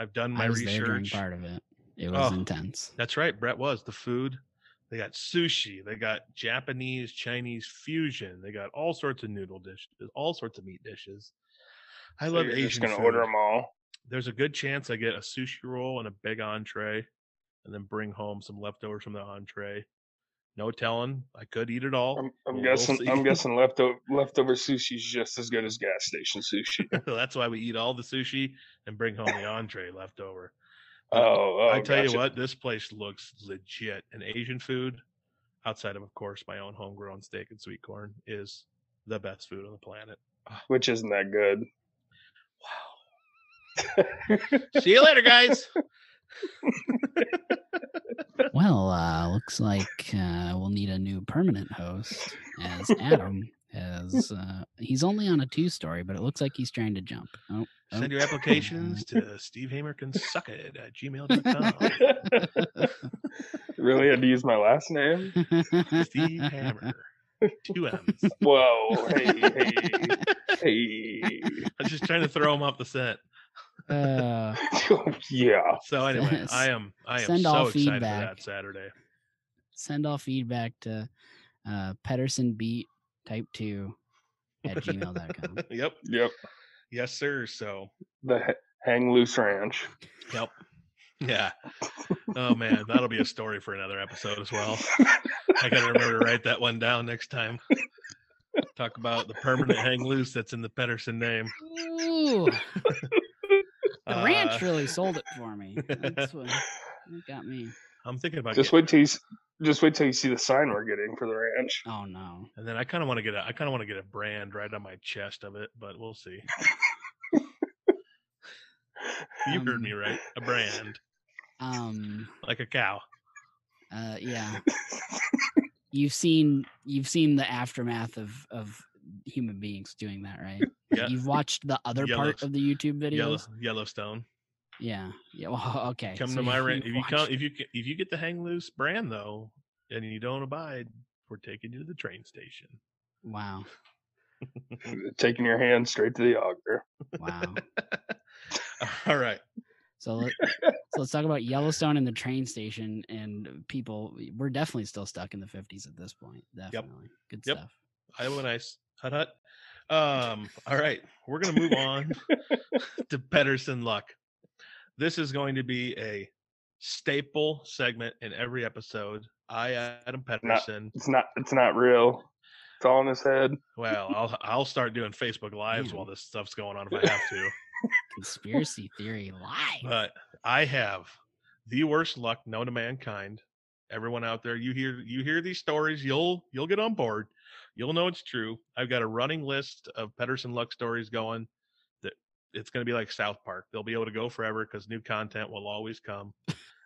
Speaker 1: I've done my
Speaker 3: i was there during
Speaker 1: research.
Speaker 3: part of it it was
Speaker 1: Oh.
Speaker 3: intense
Speaker 1: That's right, Brett was the food. They got sushi, they got Japanese, Chinese fusion, they got all sorts of noodle dishes, all sorts of meat dishes. I
Speaker 2: So
Speaker 1: love
Speaker 2: you're
Speaker 1: Asian
Speaker 2: just gonna
Speaker 1: food
Speaker 2: order them all.
Speaker 1: there's a good chance I get a sushi roll and a big entree. and then bring home some leftovers from the entree. No telling, I could eat it all.
Speaker 2: I'm, I'm
Speaker 1: We'll
Speaker 2: guessing.
Speaker 1: see.
Speaker 2: I'm guessing leftover leftover sushi is just as good as gas station sushi.
Speaker 1: That's why we eat all the sushi and bring home the entree left over.
Speaker 2: oh, oh,
Speaker 1: I tell
Speaker 2: gotcha.
Speaker 1: you what, this place looks legit. And Asian food, outside of, of course, my own homegrown steak and sweet corn, is the best food on the planet.
Speaker 2: which isn't that good.
Speaker 1: Wow. See you later, guys.
Speaker 3: Well, uh, looks like uh, we'll need a new permanent host as Adam has. Uh, he's only on a two story, but it looks like he's trying to jump. Oh,
Speaker 1: Send your applications to stevehamerkinsuckit at gmail.com.
Speaker 2: Really, I had to use my last name.
Speaker 1: Steve Hammer. Two M's.
Speaker 2: Whoa! Hey, hey, hey.
Speaker 1: I was just trying to throw him off the scent.
Speaker 3: Uh,
Speaker 2: yeah.
Speaker 1: So anyway, I am I am
Speaker 3: Send all
Speaker 1: so excited for
Speaker 3: feedback.
Speaker 1: that Saturday.
Speaker 3: send all feedback to uh, Pedersenbeat type two at gmail.com.
Speaker 1: Yep.
Speaker 2: Yep.
Speaker 1: Yes, sir. So
Speaker 2: The h- Hang Loose Ranch.
Speaker 1: Yep. Yeah. Oh man, that'll be a story for another episode as well. I gotta remember to write that one down next time. Talk about the permanent hang loose that's in the Pedersen name.
Speaker 3: Ooh, the ranch
Speaker 1: Uh,
Speaker 3: really sold it for me. That's what that got me.
Speaker 1: I'm thinking about
Speaker 2: Just
Speaker 1: getting-
Speaker 2: wait till you. s- Just wait till you see the sign we're getting for the ranch.
Speaker 3: Oh no.
Speaker 1: and then I kind of want to get a I kind of want to get a brand right on my chest of it, but we'll see. You heard me
Speaker 3: Um,
Speaker 1: right, a brand
Speaker 3: Um.
Speaker 1: like a cow.
Speaker 3: Uh. Yeah. You've seen you've seen the aftermath of of human beings doing that, right?
Speaker 1: Yeah,
Speaker 3: You've watched the other part
Speaker 1: Yellows.
Speaker 3: of the YouTube videos.
Speaker 1: Yellow, Yellowstone.
Speaker 3: Yeah. Yeah. Well, okay.
Speaker 1: Come
Speaker 3: so
Speaker 1: to my
Speaker 3: you've
Speaker 1: ranch. If you come,
Speaker 3: watched-
Speaker 1: if you ca- if you get the hang loose brand though, and you don't abide, we're taking you to the train station.
Speaker 3: Wow.
Speaker 2: Taking your hand straight to the auger.
Speaker 3: Wow.
Speaker 1: All right.
Speaker 3: So, let, so let's talk about Yellowstone and the train station and people. We're definitely still stuck in the 50s at this point. Definitely. Good
Speaker 1: Yep.
Speaker 3: stuff.
Speaker 1: Iowa Nice. Hut hut. Um, all right. We're gonna move on to Pedersen Luck. This is going to be a staple segment in every episode. I Adam Pedersen.
Speaker 2: It's not. It's not real. It's all in his head.
Speaker 1: Well, I'll I'll start doing Facebook lives
Speaker 3: Man.
Speaker 1: while this stuff's going on if I have to.
Speaker 3: Conspiracy theory live.
Speaker 1: But I have the worst luck known to mankind. Everyone out there, you hear you hear these stories, you'll you'll get on board. You'll know it's true. I've got a running list of Pedersen luck stories going that it's going to be like South Park. They'll be able to go forever cuz new content will always come.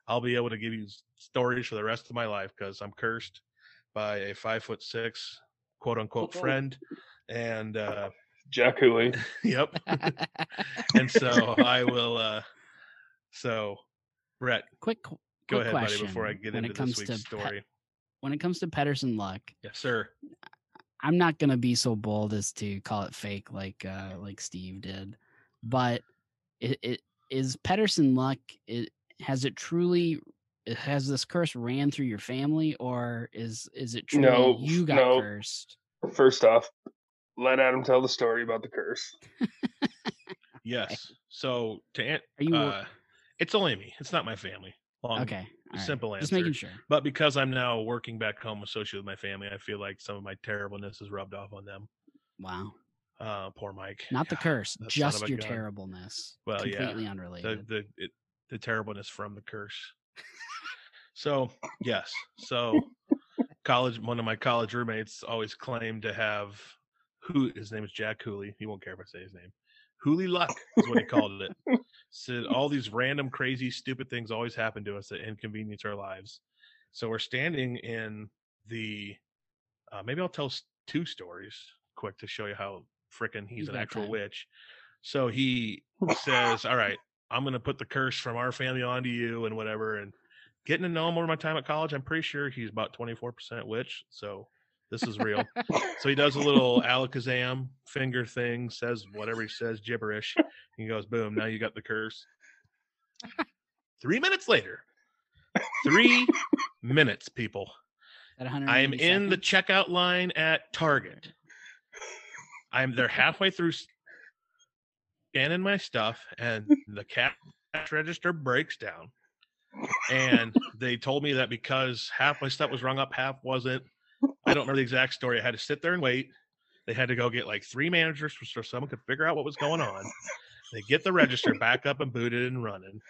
Speaker 1: I'll be able to give you s- stories for the rest of my life cuz I'm cursed by a 5 foot 6 quote unquote friend and uh
Speaker 2: Jack Hooley.
Speaker 1: yep. and so I will uh so Brett
Speaker 3: quick, qu-
Speaker 1: go
Speaker 3: quick
Speaker 1: ahead, buddy, before I
Speaker 3: question
Speaker 1: get
Speaker 3: when it
Speaker 1: into
Speaker 3: comes
Speaker 1: this week's
Speaker 3: to pet-
Speaker 1: story.
Speaker 3: when it comes to Pedersen luck,
Speaker 1: yes, sir.
Speaker 3: I'm not gonna be so bold as to call it fake like uh like Steve did, but it, it is Pedersen luck. It has it truly has this curse ran through your family, or is is it truly
Speaker 2: No,
Speaker 3: you got
Speaker 2: no.
Speaker 3: cursed?
Speaker 2: First off, let Adam tell the story about the curse.
Speaker 1: Yes. So to an-
Speaker 3: Are you
Speaker 1: uh, it's only me. It's not my family. Long,
Speaker 3: okay? all right.
Speaker 1: Simple answer.
Speaker 3: Just making sure.
Speaker 1: But because I'm now working back home associated with my family, I feel like some of my terribleness is rubbed off on them.
Speaker 3: Wow,
Speaker 1: Uh poor Mike.
Speaker 3: not the
Speaker 1: God,
Speaker 3: curse,
Speaker 1: that son of
Speaker 3: just
Speaker 1: a
Speaker 3: your
Speaker 1: gun.
Speaker 3: terribleness.
Speaker 1: Well, yeah.
Speaker 3: completely
Speaker 1: the
Speaker 3: unrelated.
Speaker 1: the it, the terribleness from the curse. So yes, so college. One of my college roommates always claimed to have who his name is Jack Hooley. He won't care if I say his name. Hooley luck is what he called it. Said all these random, crazy, stupid things always happen to us that inconvenience our lives. So we're standing in the. Uh, maybe I'll tell s- two stories quick to show you how frickin' he's
Speaker 3: You've
Speaker 1: an
Speaker 3: got
Speaker 1: actual
Speaker 3: time.
Speaker 1: witch. So he says, "All right, I'm going to put the curse from our family onto you and whatever." And getting to know him over my time at college, I'm pretty sure he's about 24% witch. So this is real. so he does a little alakazam finger thing, says whatever he says, gibberish. and he goes, "Boom! Now you got the curse." Three minutes later, three minutes, people.
Speaker 3: At
Speaker 1: I am
Speaker 3: 180
Speaker 1: in the
Speaker 3: seconds?
Speaker 1: checkout line at Target. I'm they're halfway through scanning my stuff, and the cash register breaks down. and they told me that because half my stuff was rung up, half wasn't. I don't remember the exact story. I had to sit there and wait. They had to go get like three managers so someone could figure out what was going on. They get the register back up and booted and running.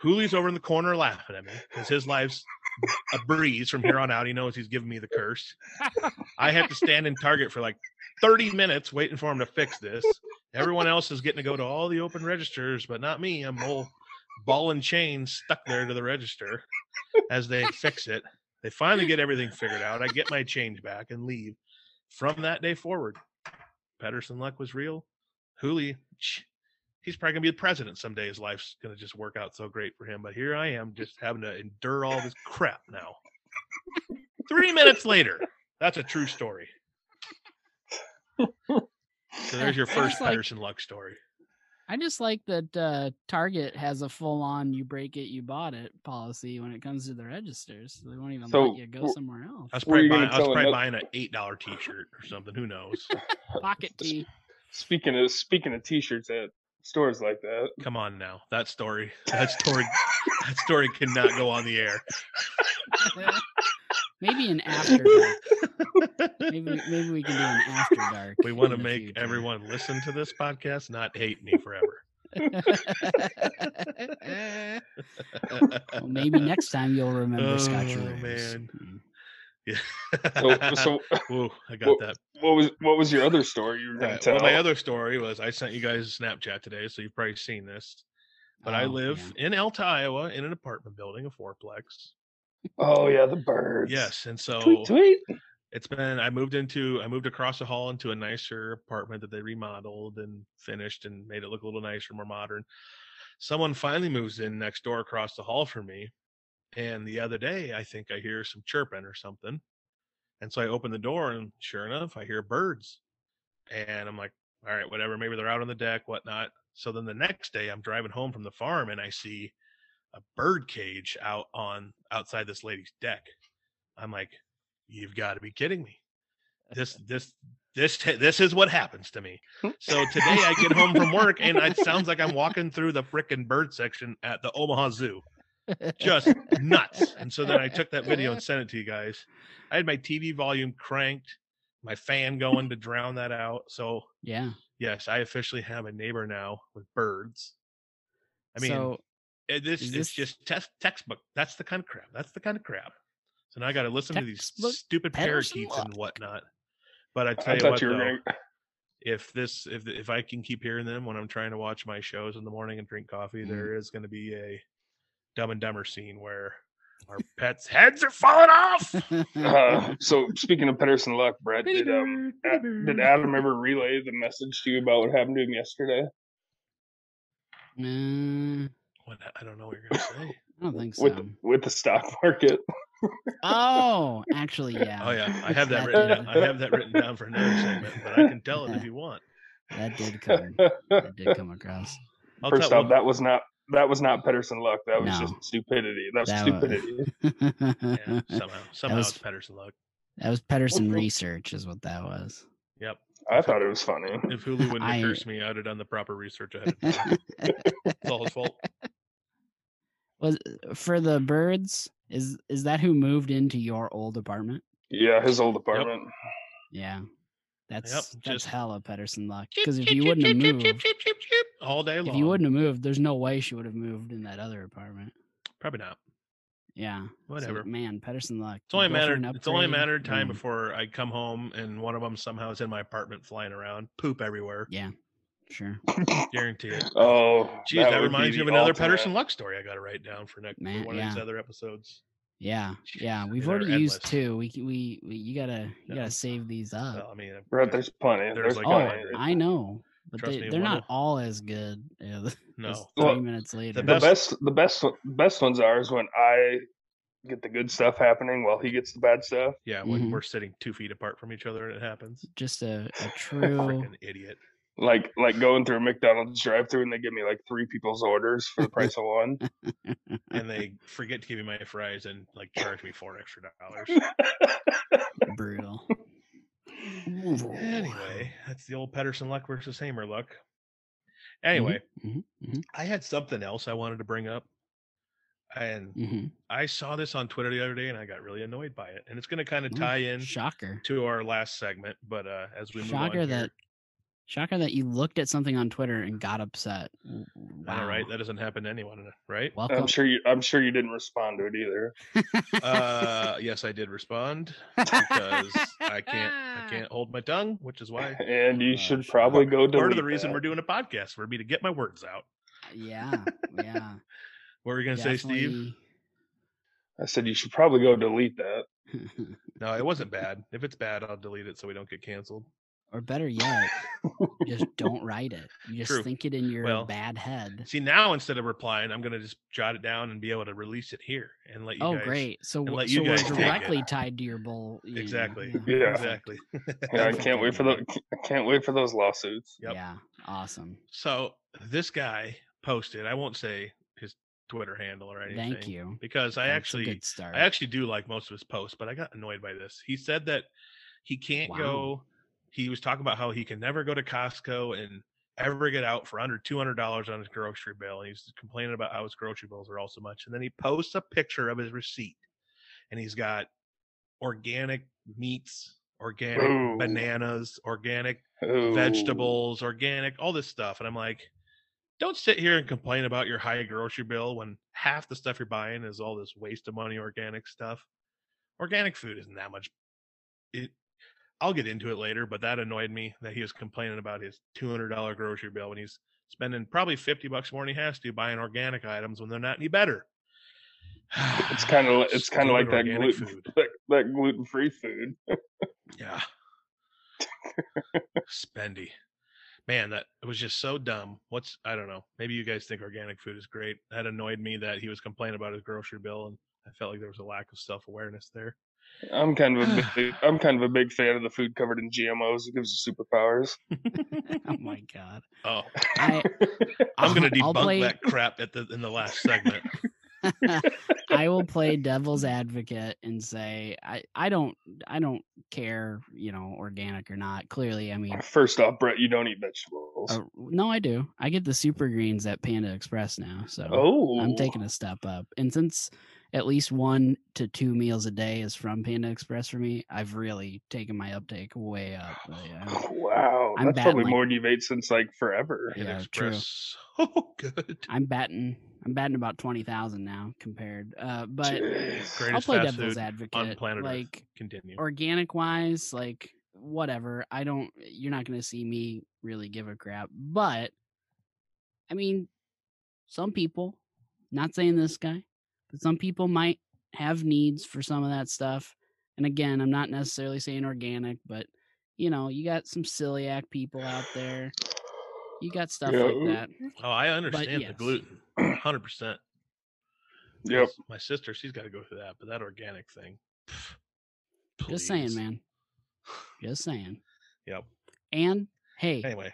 Speaker 1: Hooley's over in the corner laughing at me because his life's a breeze from here on out. He knows he's giving me the curse. I have to stand in Target for like 30 minutes waiting for him to fix this. Everyone else is getting to go to all the open registers, but not me. I'm all ball and chain stuck there to the register as they fix it. They finally get everything figured out. I get my change back and leave. From that day forward, Pedersen luck was real. Hooley, sh- he's probably gonna be the president someday. His life's gonna just work out so great for him. But here I am, just having to endure all this crap now. Three minutes later, that's a true story. So there's your first
Speaker 3: It's like-
Speaker 1: Pedersen luck story.
Speaker 3: I just like that uh, Target has a full on "you break it, you bought it" policy when it comes to the registers. So they won't even
Speaker 2: So,
Speaker 3: let you go
Speaker 2: w-
Speaker 3: somewhere else.
Speaker 1: I was
Speaker 2: Were
Speaker 1: probably
Speaker 2: you gonna
Speaker 1: buying, I was
Speaker 2: tell
Speaker 1: probably
Speaker 2: another-
Speaker 1: buying an eight dollar t shirt or something. Who knows?
Speaker 3: Pocket tee.
Speaker 2: Speaking of speaking of t-shirts at stores like that,
Speaker 1: Come on now. That story. That story that story cannot go on the air.
Speaker 3: maybe an after dark. Maybe we- maybe we can do an after dark.
Speaker 1: We want to
Speaker 3: in the
Speaker 1: make
Speaker 3: future.
Speaker 1: everyone listen to this podcast, not hate me forever.
Speaker 3: well, maybe next time you'll remember Scotch
Speaker 1: Oh,
Speaker 3: Roos.
Speaker 1: man.
Speaker 3: Mm.
Speaker 2: so, so
Speaker 1: Ooh, I got
Speaker 2: Well,
Speaker 1: that.
Speaker 2: what was what was your other story you were going
Speaker 1: Right,
Speaker 2: to tell?
Speaker 1: Well, my other story was I sent you guys a Snapchat today, so you've probably seen this. But I
Speaker 3: Oh,
Speaker 1: live
Speaker 3: yeah.
Speaker 1: in Elta, Iowa, in an apartment building, a fourplex.
Speaker 2: oh yeah, the birds.
Speaker 1: Yes, and so
Speaker 2: Tweet tweet.
Speaker 1: it's been i moved into i moved across the hall into a nicer apartment that they remodeled and finished and made it look a little nicer more modern someone finally moves in next door across the hall from me and the other day i think i hear some chirping or something and so i open the door and sure enough i hear birds and i'm like all right whatever maybe they're out on the deck whatnot so then the next day i'm driving home from the farm and i see a bird cage out on outside this lady's deck i'm like you've got to be kidding me this this this t- this is what happens to me so today i get home from work and it sounds like i'm walking through the frickin' bird section at the omaha zoo just nuts and so then i took that video and sent it to you guys i had my tv volume cranked my fan going to drown that out so
Speaker 3: yeah.
Speaker 1: yes i officially have a neighbor now with birds i mean
Speaker 3: so
Speaker 1: it, this
Speaker 3: Is
Speaker 1: is
Speaker 3: this-
Speaker 1: just test textbook. That's the kind of crap. That's the kind of crap. So now I got to listen to these
Speaker 3: Textbook
Speaker 1: stupid
Speaker 3: Patterson
Speaker 1: parakeets
Speaker 3: Lock.
Speaker 1: and whatnot. But I tell
Speaker 2: I
Speaker 1: you what,
Speaker 2: thought you were
Speaker 1: though,
Speaker 2: going.
Speaker 1: if this if if I can keep hearing them when I'm trying to watch my shows in the morning and drink coffee,
Speaker 3: Mhm.
Speaker 1: there is going to be a Dumb and Dumber scene where our pets' heads are falling off.
Speaker 2: Uh, so speaking of Pedersen luck, Brett, did um A- did Adam ever relay the message to you about what happened to him yesterday?
Speaker 3: Mm,
Speaker 1: What, I don't know what you're going to say.
Speaker 3: I don't think so.
Speaker 2: With the, with the stock market,
Speaker 3: Oh, actually, yeah.
Speaker 1: Oh yeah, I have that
Speaker 3: That
Speaker 1: written.
Speaker 3: did-
Speaker 1: Down. I have that written down for another segment, but I can tell it if you want.
Speaker 3: That did come. That did come across.
Speaker 1: I'll
Speaker 2: first
Speaker 1: tell
Speaker 2: off, that was not that was not Pedersen luck. That was
Speaker 3: No.
Speaker 2: just stupidity. That was
Speaker 3: That was-
Speaker 2: stupidity.
Speaker 1: yeah, somehow somehow
Speaker 3: was-
Speaker 1: it's Pedersen luck.
Speaker 3: That was Pedersen research, is what that was.
Speaker 1: Yep.
Speaker 2: I thought it was funny.
Speaker 1: If Hulu wouldn't have
Speaker 3: I-
Speaker 1: cursed me, I'd have done the proper research ahead of time. It's all his fault.
Speaker 3: was for the birds. Is is that who moved into your old apartment?
Speaker 2: Yeah, his old apartment.
Speaker 3: Yeah, that's that's
Speaker 1: just-
Speaker 3: hella Pedersen luck. Because if you wouldn't have moved,
Speaker 1: all day long.
Speaker 3: if you wouldn't have moved, there's no way she would have moved in that other apartment.
Speaker 1: probably not.
Speaker 3: Yeah, so,
Speaker 1: Whatever.
Speaker 3: man, Pedersen luck.
Speaker 1: It's only a
Speaker 3: You go for
Speaker 1: matter.
Speaker 3: an
Speaker 1: It's only a
Speaker 3: upgrade,
Speaker 1: matter of time
Speaker 3: boom.
Speaker 1: before I come home and one of them somehow is in my apartment flying around, poop everywhere.
Speaker 3: Yeah, sure,
Speaker 1: Guarantee it.
Speaker 2: Oh,
Speaker 1: Geez, that,
Speaker 2: would be
Speaker 1: reminds me of
Speaker 2: the
Speaker 1: another
Speaker 2: ultimate.
Speaker 1: Pedersen Luck story I got to write down for next
Speaker 3: Man,
Speaker 1: for one of these
Speaker 3: yeah.
Speaker 1: other episodes.
Speaker 3: yeah, yeah.
Speaker 1: Jeez,
Speaker 3: We've
Speaker 1: they're
Speaker 3: already used
Speaker 1: endless.
Speaker 3: two. We c- we, we you gotta you
Speaker 1: No.
Speaker 3: gotta save these up.
Speaker 1: Well, I mean, I'm-
Speaker 2: Brett, there's plenty.
Speaker 1: There's
Speaker 2: There's,
Speaker 1: like
Speaker 3: Oh,
Speaker 1: got
Speaker 2: plenty.
Speaker 1: one.
Speaker 3: I know, but
Speaker 1: Trust
Speaker 3: they,
Speaker 1: me,
Speaker 3: they're
Speaker 1: one
Speaker 3: not
Speaker 1: will-
Speaker 3: all as good. Yeah, the-
Speaker 1: no,
Speaker 3: just three
Speaker 2: Well,
Speaker 3: minutes later.
Speaker 2: the
Speaker 1: best-
Speaker 2: best, the best, best ones are is when I get the good stuff happening while he gets the bad stuff.
Speaker 1: yeah, when
Speaker 3: Mhm.
Speaker 1: we're sitting two feet apart from each other and it happens.
Speaker 3: Just a, a true.
Speaker 1: Freaking idiot.
Speaker 2: Like, like going through a McDonald's drive-through and they give me like three people's orders for the price of one.
Speaker 1: and they forget to give me my fries and like charge me four extra dollars.
Speaker 3: brutal.
Speaker 1: Anyway, that's the old Pedersen luck versus Hamer luck. Anyway,
Speaker 3: Mhm, mhm.
Speaker 1: I had something else I wanted to bring up. And
Speaker 3: Mhm.
Speaker 1: I saw this on Twitter the other day, and I got really annoyed by it. And it's going to kind of
Speaker 3: Ooh,
Speaker 1: tie in
Speaker 3: Shocker.
Speaker 1: to our last segment, but uh, as we move on,
Speaker 3: Shocker
Speaker 1: here-
Speaker 3: that shocker that you looked at something on Twitter and got upset. W-
Speaker 1: I
Speaker 3: Wow.
Speaker 1: know, right? That doesn't happen to anyone, uh, right?
Speaker 3: Welcome.
Speaker 2: I'm sure you. I'm sure you didn't respond to it either.
Speaker 1: uh, yes, I did respond because I can't. I can't hold my tongue, which is why
Speaker 2: And you
Speaker 3: Uh,
Speaker 2: should
Speaker 3: sure.
Speaker 2: probably go. Delete
Speaker 1: part of the reason
Speaker 2: that.
Speaker 1: we're doing a podcast for me to get my words out.
Speaker 3: Yeah. Yeah.
Speaker 1: What were you going to say, Steve?
Speaker 2: I said you should probably go delete that.
Speaker 3: definitely-
Speaker 1: No, it wasn't bad. If it's bad, I'll delete it so we don't get canceled.
Speaker 3: or better yet, just don't write it. You just
Speaker 1: True.
Speaker 3: think it in your
Speaker 1: Well,
Speaker 3: bad head.
Speaker 1: See, now instead of replying, I'm going to just jot it down and be able to release it here and let you
Speaker 3: Oh,
Speaker 1: guys.
Speaker 3: great. So, w-
Speaker 1: let you
Speaker 3: so we're
Speaker 1: guys take it.
Speaker 3: directly tied to your bowl. you know,
Speaker 1: Exactly.
Speaker 2: Yeah.
Speaker 1: Exactly.
Speaker 2: Yeah, I can't wait for the. I can't wait for those lawsuits.
Speaker 1: Yep.
Speaker 3: Yeah. Awesome.
Speaker 1: So this guy posted. I won't say his Twitter handle or anything.
Speaker 3: Thank you.
Speaker 1: Because I
Speaker 3: That's a
Speaker 1: actually,
Speaker 3: good start.
Speaker 1: I actually do like most of his posts, but I got annoyed by this. He said that he can't
Speaker 3: Wow.
Speaker 1: go. He was talking about how he can never go to Costco and ever get out for under two hundred dollars on his grocery bill, and he's complaining about how his grocery bills are all so much. And then he posts a picture of his receipt, and he's got organic meats, organic
Speaker 2: Ooh.
Speaker 1: bananas, organic
Speaker 2: Ooh.
Speaker 1: vegetables, organic, all this stuff. And I'm like, don't sit here and complain about your high grocery bill when half the stuff you're buying is all this waste of money organic stuff. Organic food isn't that much. It, I'll get into it later, but that annoyed me that he was complaining about his $200 grocery bill when he's spending probably 50 bucks more than he has to buying organic items when they're not any better.
Speaker 2: It's kind of. It's kind of like that
Speaker 1: Organic
Speaker 2: gluten. That, that gluten free food.
Speaker 1: Yeah. Spendy. Man, that it was just so dumb. What's I don't know. Maybe you guys think organic food is great. That annoyed me that he was complaining about his grocery bill and I felt like there was a lack of self awareness there.
Speaker 2: I'm kind of a big, I'm kind of a big fan of the food covered in GMOs. It gives you superpowers.
Speaker 3: oh my god.
Speaker 1: Oh,
Speaker 3: I
Speaker 1: I'm gonna
Speaker 3: I'll- I'll
Speaker 1: debunk
Speaker 3: play-
Speaker 1: that crap at the in the last segment. uh,
Speaker 3: I will play devil's advocate and say I I don't I don't care, you know, organic or not. Clearly, I mean,
Speaker 2: First off, Brett, you don't eat vegetables.
Speaker 3: uh, no, I do. I get the super greens at Panda Express now, so
Speaker 2: oh,
Speaker 3: I'm taking a step up. And since at least one to two meals a day is from Panda Express for me, I've really taken my uptake way up. Like, I'm-
Speaker 2: Wow,
Speaker 3: I'm
Speaker 2: that's
Speaker 3: bad,
Speaker 2: probably
Speaker 3: like-
Speaker 2: more than you've ate since like forever.
Speaker 1: Panda
Speaker 3: Yeah, true.
Speaker 1: Express. Oh good.
Speaker 3: I'm batting I'm batting about twenty thousand now compared. Uh, but
Speaker 2: Jeez.
Speaker 1: Great.
Speaker 3: I'll
Speaker 1: Greatest
Speaker 3: play
Speaker 1: fast
Speaker 3: devil's
Speaker 1: food on
Speaker 3: advocate.
Speaker 1: planet Earth.
Speaker 3: like
Speaker 1: Continue.
Speaker 3: organic wise, like whatever. I don't you're not gonna see me really give a crap. But I mean, some people, not saying this guy, but some people might have needs for some of that stuff. And again, I'm not necessarily saying organic, but you know, you got some celiac people out there. You got stuff like
Speaker 2: Yeah.
Speaker 3: that.
Speaker 1: oh, I understand the
Speaker 3: yes.
Speaker 1: gluten. hundred percent.
Speaker 2: Yep.
Speaker 1: My sister, she's gotta go through that, but that organic thing. pff,
Speaker 3: Just saying,
Speaker 1: please.
Speaker 3: man. Just saying.
Speaker 1: Yep.
Speaker 3: And hey,
Speaker 1: Anyway,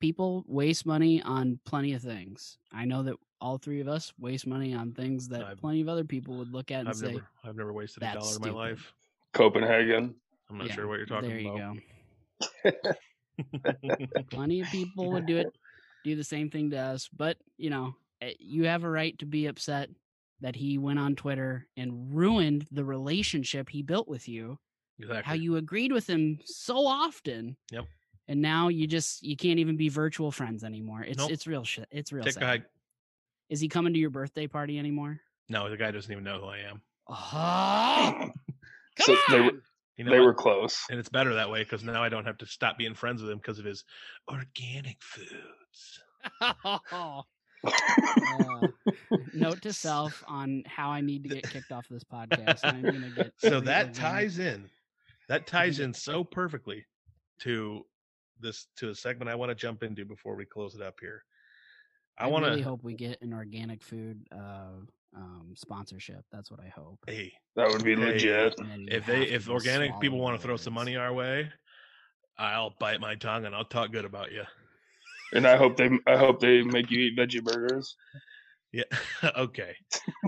Speaker 3: people waste money on plenty of things. I know that all three of us waste money on things that
Speaker 1: I've-
Speaker 3: plenty of other people would look at and
Speaker 1: I've
Speaker 3: say,
Speaker 1: never I've never wasted a
Speaker 3: "That's
Speaker 1: dollar in my
Speaker 3: stupid."
Speaker 1: life.
Speaker 2: Copenhagen.
Speaker 1: I'm not
Speaker 3: Yeah,
Speaker 1: sure what you're
Speaker 3: "There
Speaker 1: talking
Speaker 3: you
Speaker 1: about.
Speaker 3: go." Plenty of people would do it, do the same thing to us. But you know, eh, you have a right to be upset that he went on Twitter and ruined the relationship he built with you,
Speaker 1: Exactly.
Speaker 3: how you agreed with him so often.
Speaker 1: Yep.
Speaker 3: And now you just you can't even be virtual friends anymore. It's
Speaker 1: Nope.
Speaker 3: it's real shit. It's real.
Speaker 1: That
Speaker 3: sad.
Speaker 1: guy,
Speaker 3: Is he coming to your birthday party anymore?
Speaker 1: no, the guy doesn't even know who I am. Uh-huh.
Speaker 3: Oh,
Speaker 2: So they were-
Speaker 1: You know,
Speaker 2: they
Speaker 1: what?
Speaker 2: were close.
Speaker 1: and it's better that way because now I don't have to stop being friends with him because of his organic foods.
Speaker 3: Uh, Oh. note to self on how I need to get kicked off this podcast. and I'm gonna get
Speaker 1: So
Speaker 3: every
Speaker 1: that
Speaker 3: organic-
Speaker 1: ties in, that ties in so perfectly to this to a segment I want to jump into before we close it up here. I, want to.
Speaker 3: really hope we get an organic food uh, um, sponsorship. That's what I hope.
Speaker 1: hey,
Speaker 2: That would be
Speaker 1: Hey,
Speaker 2: legit.
Speaker 3: And then you
Speaker 1: if they
Speaker 3: have to
Speaker 1: if
Speaker 3: just
Speaker 1: organic
Speaker 3: swallow
Speaker 1: people
Speaker 3: the
Speaker 1: want to throw some
Speaker 3: words.
Speaker 1: money our way, I'll bite my tongue and I'll talk good about you.
Speaker 2: And I hope they I hope they make you eat veggie burgers.
Speaker 1: Yeah. okay.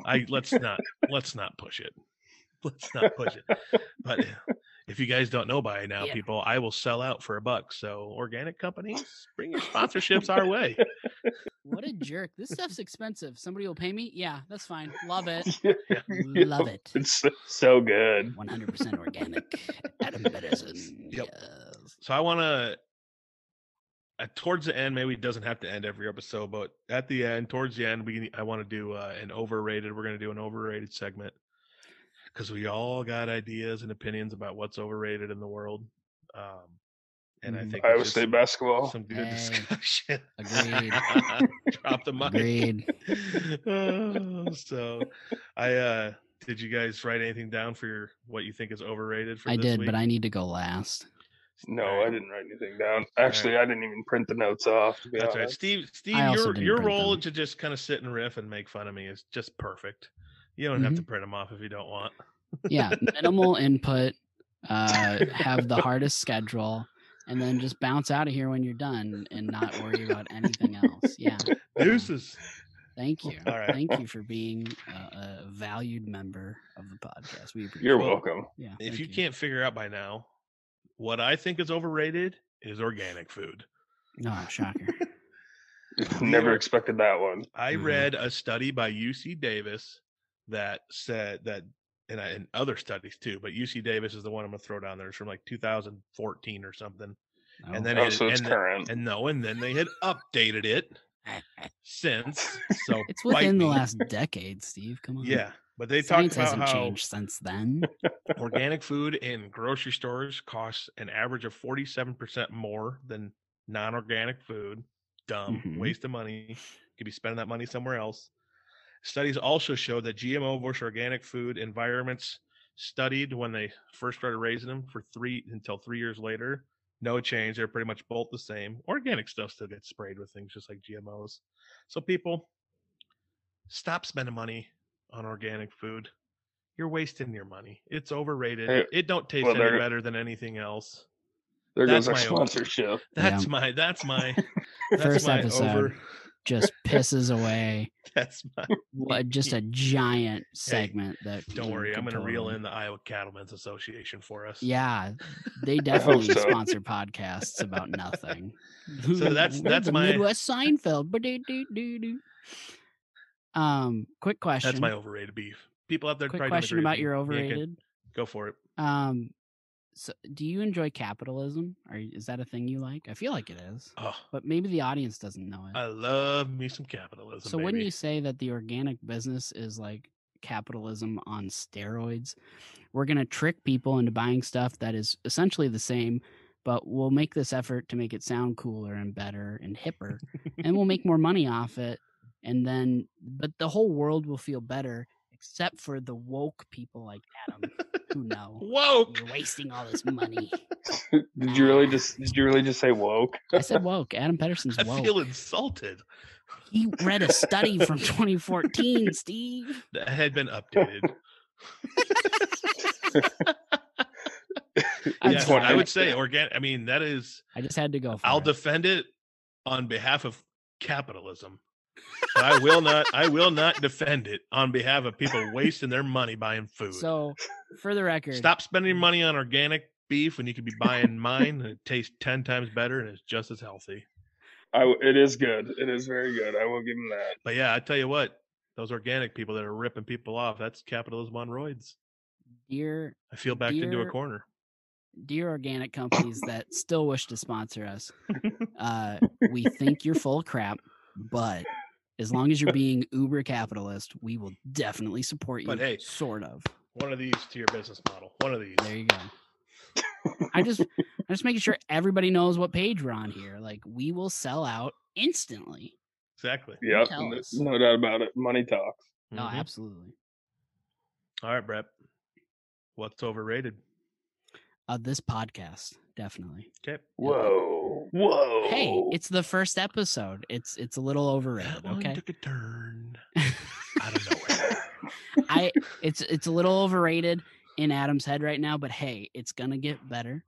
Speaker 1: I let's not let's not push it. Let's not push it. But if you guys don't know by now,
Speaker 3: Yeah.
Speaker 1: people, I will sell out for a buck. So organic companies, bring your sponsorships our way.
Speaker 3: What a a jerk. This stuff's expensive. Somebody will pay me. Yeah, that's fine. Love it.
Speaker 2: Yeah.
Speaker 3: Love it.
Speaker 2: It's so, so good.
Speaker 3: 100% organic. Adam Medicine.
Speaker 1: Yep.
Speaker 3: Yes.
Speaker 1: So I want to, uh, towards the end, maybe it doesn't have to end every episode, but at the end, towards the end, we I want to do uh, an overrated. We're going to do an overrated segment because we all got ideas and opinions about what's overrated in the world. Um, and I
Speaker 3: Mhm.
Speaker 1: think
Speaker 2: Iowa
Speaker 1: it's just
Speaker 2: State
Speaker 1: some-
Speaker 2: basketball.
Speaker 1: Some good
Speaker 3: Hey.
Speaker 1: Oh, discussion.
Speaker 3: Agreed.
Speaker 1: Drop the mic.
Speaker 3: Agreed.
Speaker 1: Oh, so I uh did you guys write anything down for your what you think is overrated for
Speaker 3: I
Speaker 1: this
Speaker 3: did,
Speaker 1: week?
Speaker 3: but I need to go last.
Speaker 2: No,
Speaker 1: Alright.
Speaker 2: I didn't write anything down. Actually, I didn't even print the notes off. To be
Speaker 1: That's right.
Speaker 2: honest.
Speaker 1: Steve Steve,
Speaker 3: also
Speaker 1: your
Speaker 3: didn't
Speaker 1: your
Speaker 3: print
Speaker 1: role
Speaker 3: them.
Speaker 1: to just kind of sit and riff and make fun of me is just perfect. You don't
Speaker 3: Mm-hmm.
Speaker 1: have to print them off if you don't want.
Speaker 3: Yeah, minimal input, uh, have the hardest schedule, and then just bounce out of here when you're done and not worry about anything else. Yeah.
Speaker 1: Deuces.
Speaker 3: Thank you.
Speaker 1: All right.
Speaker 3: Thank you for being a, a valued member of the podcast. We appreciate
Speaker 2: You're
Speaker 3: it.
Speaker 1: Well,
Speaker 2: welcome.
Speaker 3: Yeah.
Speaker 1: If
Speaker 3: thank
Speaker 1: you can't figure out by now, what I think is overrated is organic food.
Speaker 3: Oh, shocker.
Speaker 2: Never
Speaker 1: are-
Speaker 2: expected that one.
Speaker 1: I
Speaker 3: Mhm.
Speaker 1: read a study by UC Davis that said that, and, I, and other studies too, but UC Davis is the one I'm going to throw down there. It's from like 2014 or something. And then
Speaker 2: Oh,
Speaker 1: it-
Speaker 2: so it's
Speaker 1: and, the-
Speaker 2: current.
Speaker 1: and no, and then they had updated it since. So
Speaker 3: It's
Speaker 1: bite
Speaker 3: within the
Speaker 1: me.
Speaker 3: last decade, Steve. Come on.
Speaker 1: Yeah, but they
Speaker 3: Science
Speaker 1: talked about
Speaker 3: hasn't
Speaker 1: how
Speaker 3: changed since then.
Speaker 1: organic food in grocery stores costs an average of 47% more than non-organic food dumb
Speaker 3: Mhm.
Speaker 1: waste of money could be spending that money somewhere else studies also show that gmo versus organic food environments studied when they first started raising them for three until three years later no change they're pretty much both the same organic stuff still gets sprayed with things just like gmos so people stop spending money on organic food you're wasting your money it's overrated
Speaker 2: Hey,
Speaker 1: it don't taste
Speaker 2: well,
Speaker 1: any
Speaker 2: they're-
Speaker 1: better than anything else
Speaker 2: there goes
Speaker 1: that's
Speaker 2: our
Speaker 1: my own-
Speaker 2: sponsorship.
Speaker 3: Yeah.
Speaker 1: that's my that's my that's
Speaker 3: First
Speaker 1: my
Speaker 3: episode.
Speaker 1: over
Speaker 3: Just pisses away
Speaker 1: that's my
Speaker 3: what just a giant segment that
Speaker 1: don't
Speaker 3: you
Speaker 1: worry i'm
Speaker 3: could
Speaker 1: gonna reel
Speaker 3: totally-
Speaker 1: in the iowa cattlemen's association for us
Speaker 3: Yeah, they definitely
Speaker 2: so.
Speaker 3: sponsor podcasts about nothing.
Speaker 1: So that's-
Speaker 3: We're
Speaker 1: that's
Speaker 3: the
Speaker 1: my-
Speaker 3: Midwest Seinfeld. Ba-do-do-do-do. Um, quick question.
Speaker 1: that's my overrated beef people out there
Speaker 3: quick
Speaker 1: probably don't
Speaker 3: question
Speaker 1: agree with
Speaker 3: about
Speaker 1: me.
Speaker 3: your
Speaker 1: You can-
Speaker 3: overrated.
Speaker 1: go for it
Speaker 3: Um, so do you enjoy capitalism? Or is that a thing you like? I feel like it is,
Speaker 1: oh
Speaker 3: but maybe the audience doesn't know it.
Speaker 1: i love me some capitalism
Speaker 3: so wouldn't
Speaker 1: baby.
Speaker 3: you say that the organic business is like capitalism on steroids? We're going to trick people into buying stuff that is essentially the same, but we'll make this effort to make it sound cooler and better and hipper, and we'll make more money off it. And then, but the whole world will feel better, except for the woke people like Adam who know
Speaker 1: woke
Speaker 3: you're wasting all this money.
Speaker 2: Did you really just? Did you really just say woke?
Speaker 3: I said woke. Adam Pedersen's
Speaker 1: i
Speaker 3: woke.
Speaker 1: feel insulted
Speaker 3: He read a study from 2014, Steve.
Speaker 1: that had been updated
Speaker 3: I'm
Speaker 1: yes,
Speaker 3: sorry.
Speaker 1: i would say organic i mean that is
Speaker 3: I just had to go. For
Speaker 1: i'll
Speaker 3: it.
Speaker 1: defend it on behalf of capitalism But i will not i will not defend it on behalf of people wasting their money buying food
Speaker 3: So, Mm. for the record,
Speaker 1: Stop spending money on organic beef when you could be buying mine and it tastes 10 times better and it's just as healthy.
Speaker 2: I w it is good. It is very good. I will give him that.
Speaker 1: But yeah, I tell you what, those organic people that are ripping people off, that's capitalism on roids.
Speaker 3: dear
Speaker 1: I feel backed into a
Speaker 3: Dear-
Speaker 1: corner.
Speaker 3: dear organic companies that still wish to sponsor us, uh, we think you're full of crap, but as long as you're being uber capitalist, we will definitely support you.
Speaker 1: But hey-
Speaker 3: sort of.
Speaker 1: One of these to your business model. One of these.
Speaker 3: There you go. I just, I'm just making sure everybody knows what page we're on here. Like, we will sell out instantly.
Speaker 1: Exactly.
Speaker 2: Yep,
Speaker 3: Tell
Speaker 2: n-
Speaker 3: us.
Speaker 2: no doubt about it. Money talks.
Speaker 3: No,
Speaker 1: Mhm.
Speaker 3: Oh, absolutely.
Speaker 1: All right, Brett. What's overrated?
Speaker 3: Uh, this podcast, definitely.
Speaker 1: Okay.
Speaker 2: Whoa, whoa.
Speaker 3: Hey, it's the first episode. It's it's a little
Speaker 1: Oh. That
Speaker 3: overrated.
Speaker 1: one
Speaker 3: Okay.
Speaker 1: took a turn out of nowhere.
Speaker 3: I it's it's a little overrated in Adam's head right now, but hey, it's gonna get better.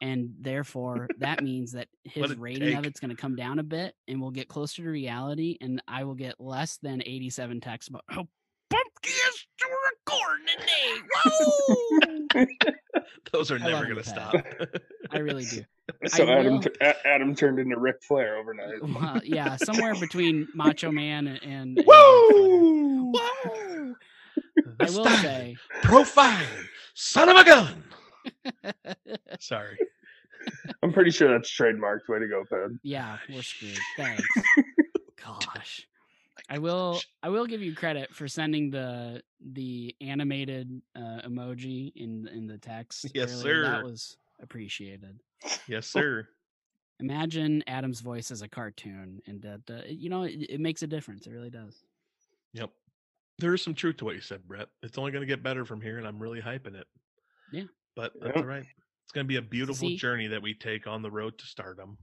Speaker 3: And therefore that means that his
Speaker 1: it
Speaker 3: rating of
Speaker 1: take.
Speaker 3: it's gonna come down a bit and we'll get closer to reality and I will get less than oh, eighty seven texts about how pumped he is to recording today. Whoa!
Speaker 1: Those are
Speaker 3: love
Speaker 1: never
Speaker 3: you,
Speaker 1: going to
Speaker 3: Pat.
Speaker 1: stop.
Speaker 3: I really do.
Speaker 2: So
Speaker 3: I
Speaker 2: Adam
Speaker 3: will-
Speaker 2: tu- A- Adam turned into Ric Flair overnight.
Speaker 3: Well, yeah, somewhere between Macho Man and, and and
Speaker 1: Woo!
Speaker 3: Woo! I will
Speaker 1: Stop.
Speaker 3: say,
Speaker 1: Profile, son of a gun. Sorry.
Speaker 2: I'm pretty sure that's trademarked. Way to go, Ped.
Speaker 3: yeah, we're screwed. Thanks. Gosh, I will. I will give you credit for sending the the animated uh, emoji in in the text.
Speaker 1: Yes,
Speaker 3: earlier. That
Speaker 1: sir.
Speaker 3: was appreciated.
Speaker 1: Yes, sir.
Speaker 3: Imagine Adam's voice as a cartoon, and that uh, you know it, it makes a difference. It really does.
Speaker 1: Yep. There is some truth to what you said, Brett. It's only going to get better from here, and I'm really hyping it.
Speaker 3: Yeah.
Speaker 1: But that's
Speaker 2: Yeah.
Speaker 1: all right. It's going to be a beautiful
Speaker 3: See?
Speaker 1: journey that we take on the road to stardom.